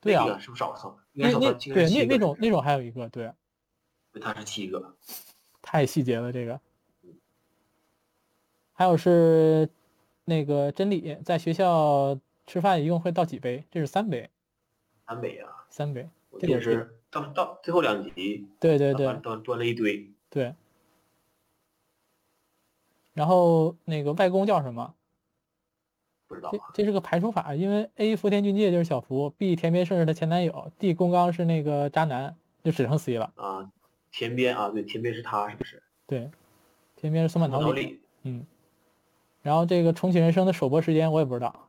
对啊呀、那个是不是少了？应那该少那了，应该对是那七个那种那种还有一个对，对他是七个，太细节了这个。还有是那个真理在学校吃饭一共会倒几杯？这是三杯，南北啊，三杯。我这记个得是到到最后两集，对对对对端端了一堆，对。然后那个外公叫什么？不知道这啊，这是个排除法，因为 A 福田俊介就是小福，B 田边胜是她前男友，D 宫刚是那个渣男，就只剩 C 了。啊，田边啊，对，田边是他是不是？对，田边是松坂桃脑李。里嗯。然后这个重启人生的首播时间我也不知道。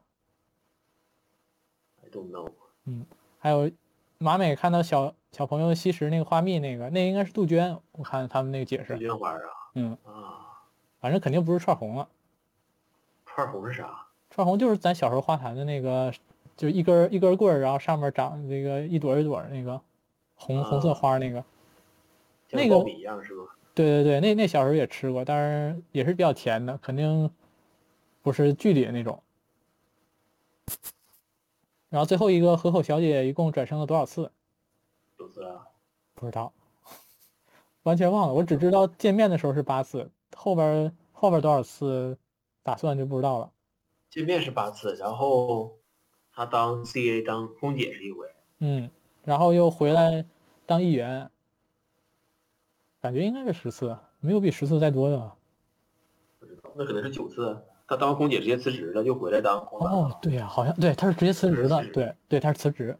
，I don't know，还有马美看到小小朋友吸食那个花蜜，那个那应该是杜鹃，我看他们那个解杜释，鹃花啊，嗯啊，反正肯定不是串红了。串红是啥？串红就是咱小时候花坛的那个，就是一根儿一根棍儿，然后上面长这个一朵儿一朵儿那个啊红红色花儿那个。像那个苞米一样是吗？对对对，那那小时候也吃过，当然也是比较甜的，肯定不是剧里的那种。然后最后一个河口小姐一共转生了多少次？有次啊，不知道。 完全忘了，我只知道见面的时候是八次，后边儿后边儿多少次打算就不知道了。见面是八次，然后他当 CA 当空姐是一回，嗯，然后又回来当议员，感觉应该是十次，没有比十次再多的吧。不知道那可能是九次。他当空姐直接辞职了，又回来当空哦姐，，对呀、好像对，他是直接辞职的辞，职对对，他是辞职。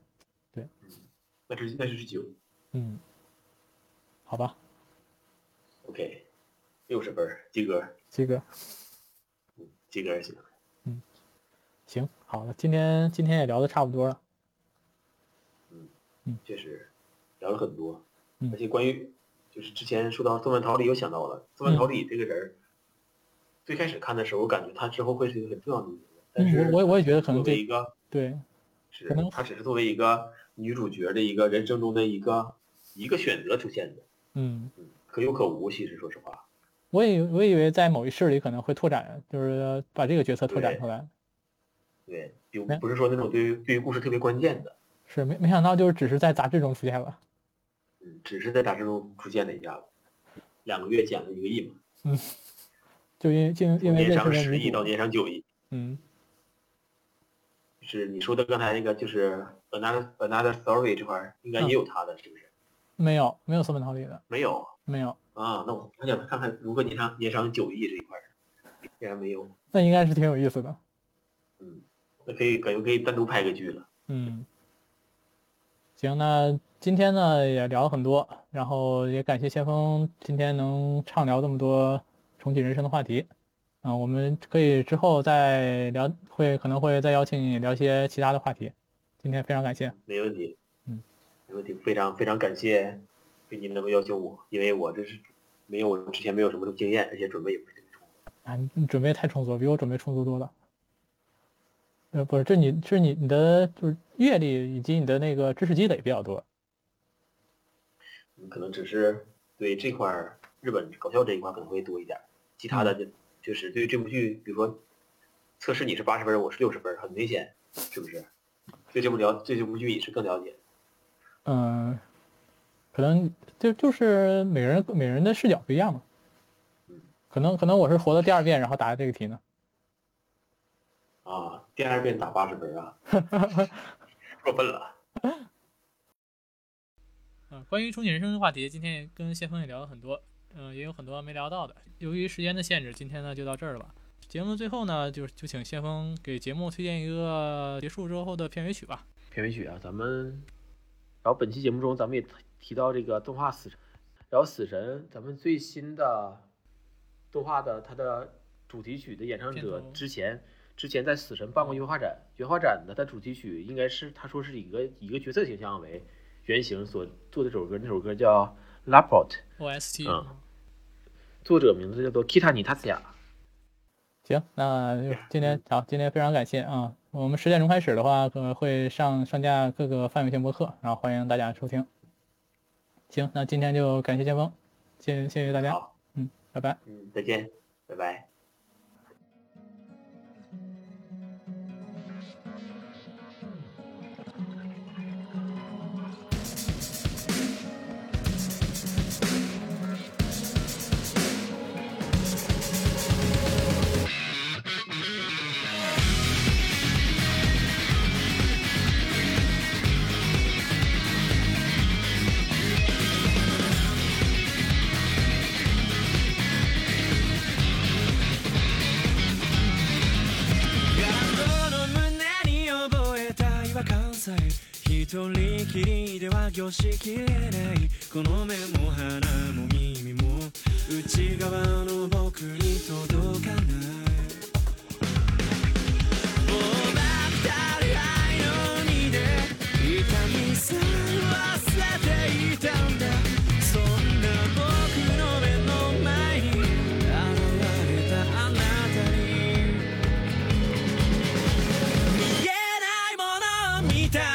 那是那是九。嗯，好吧， OK，六十分儿，及格，这个及格行。行，好了，今天今天也聊的差不多了。确实聊了很多，嗯而且关于就是之前说到《纵饭桃李》，又想到了嗯《纵饭桃李》这个人儿，最开始看的时候，我感觉他之后会是一个很重要的人物，但是嗯，我我也我也觉得可作能为对一个对，是可能他只是作为一个女主角的一个人生中的一个一个选择出现的，嗯，嗯，可有可无。其实说实话，我以我以为在某一世里可能会拓展，就是把这个角色拓展对出来，对，就没不是说那种对于对于故事特别关键的，是没没想到就是只是在杂志中出现了。嗯，只是在杂志中出现了一下子，两个月减了一个亿嘛，就因就因为从年认识商了十亿女到主，年商九亿。嗯就是你说的刚才那个，就是 another another story 这块儿嗯应该也有他的，是不是？没有没有斯本桃里的，没有没有，啊？那我还想看看如何年商年商九亿这一块儿，竟然没有，那应该是挺有意思的。嗯，那可以感觉可以单独拍个剧了。嗯，行，那今天呢也聊了很多，然后也感谢先锋今天能畅聊这么多重启人生的话题。嗯、我们可以之后再聊，会可能会再邀请你聊一些其他的话题。今天非常感谢，没问题，嗯，没问题，非常非常感谢飞机能够邀请我，因为我这是没有之前没有什么经验，而且准备也不是特别充分。啊，你你准备太充足了，比我准备充足多了。呃，不是，这你这是你你的就是阅历以及你的那个知识积累比较多。嗯可能只是对这块儿日本搞笑这一块儿可能会多一点儿，其他的就就是对这部剧，比如说测试你是八十分儿，我是六十分儿，很明显，是不是？对这部了对这部剧你是更了解，嗯，可能就就是每个人每人的视角不一样嘛。可能可能我是活到第二遍，然后答的这个题呢。啊，第二遍打八十分儿啊，过分了。嗯，关于重启人生的话题，今天也跟先锋也聊了很多，嗯、也有很多没聊到的。由于时间的限制，今天呢就到这儿了吧。节目的最后呢，就是就请先锋给节目推荐一个结束之后的片尾曲吧。片尾曲啊，咱们，然后本期节目中咱们也提提到这个动画死神，然后死神咱们最新的动画的它的主题曲的演唱者片头之前之前在死神办过原画展，原画展呢它主题曲应该是他说是以一个以一个角色形象为原型所做的这首歌，那首歌叫 Laport， OST，、嗯作者名字叫做 Kita n i t a t s a 行，那就今天好，今天非常感谢啊。我们十点钟开始的话，可能会上上架各个泛用性播客，然后欢迎大家收听。行，那今天就感谢先锋，谢谢谢大家，好，嗯，拜拜。嗯，再见，拜拜。感動の胸に覚えた違和感さえ一人きりでは凝しきれないこの目も鼻も耳も内側の僕に届かないもうバッタリ愛の鬼で痛みさえ忘れていたんだそんな僕の目の前に現れたあなたに見えないものを見たんだ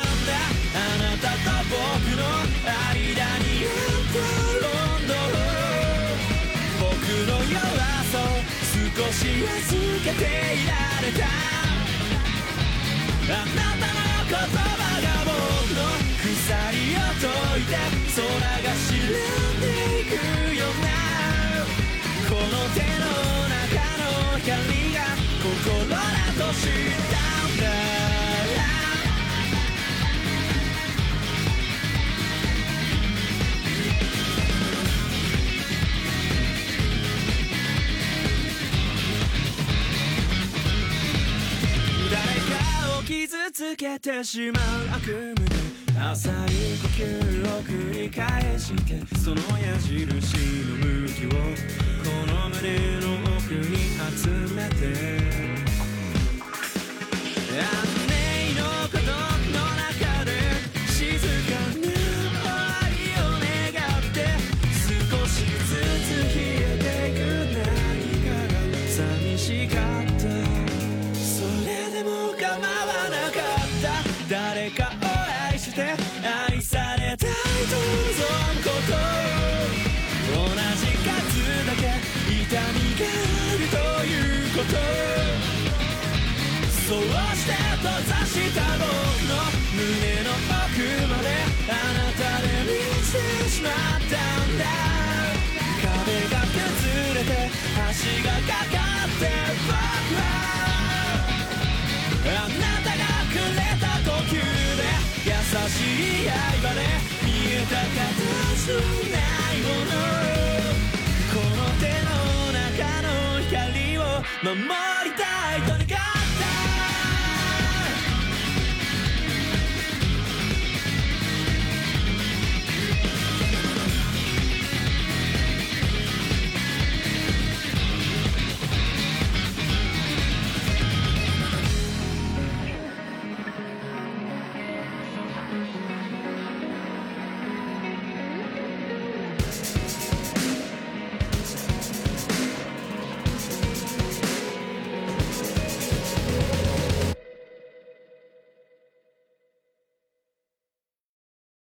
あなたと僕の間にあった温度僕の弱さを少し預けていられたあなたの言葉が僕の鎖を解いて空が知らんでいくしたんだ誰かを傷つけてしまう悪夢で浅い呼吸を繰り返してその矢印の向きをこの胸の奥に集めて安寧の孤独の中で静かな愛を願って少しずつ消えていく何かが寂しかったそれでも構わなかった誰かを愛して愛されたいと望むこと同じ数だけ痛みがあるということそうして閉ざした僕の胸の奥まであなたで満ちてしまったんだ壁が崩れて橋がかかって僕はあなたがくれた呼吸で優しい刃で見えた形のないものこの手の中の光を守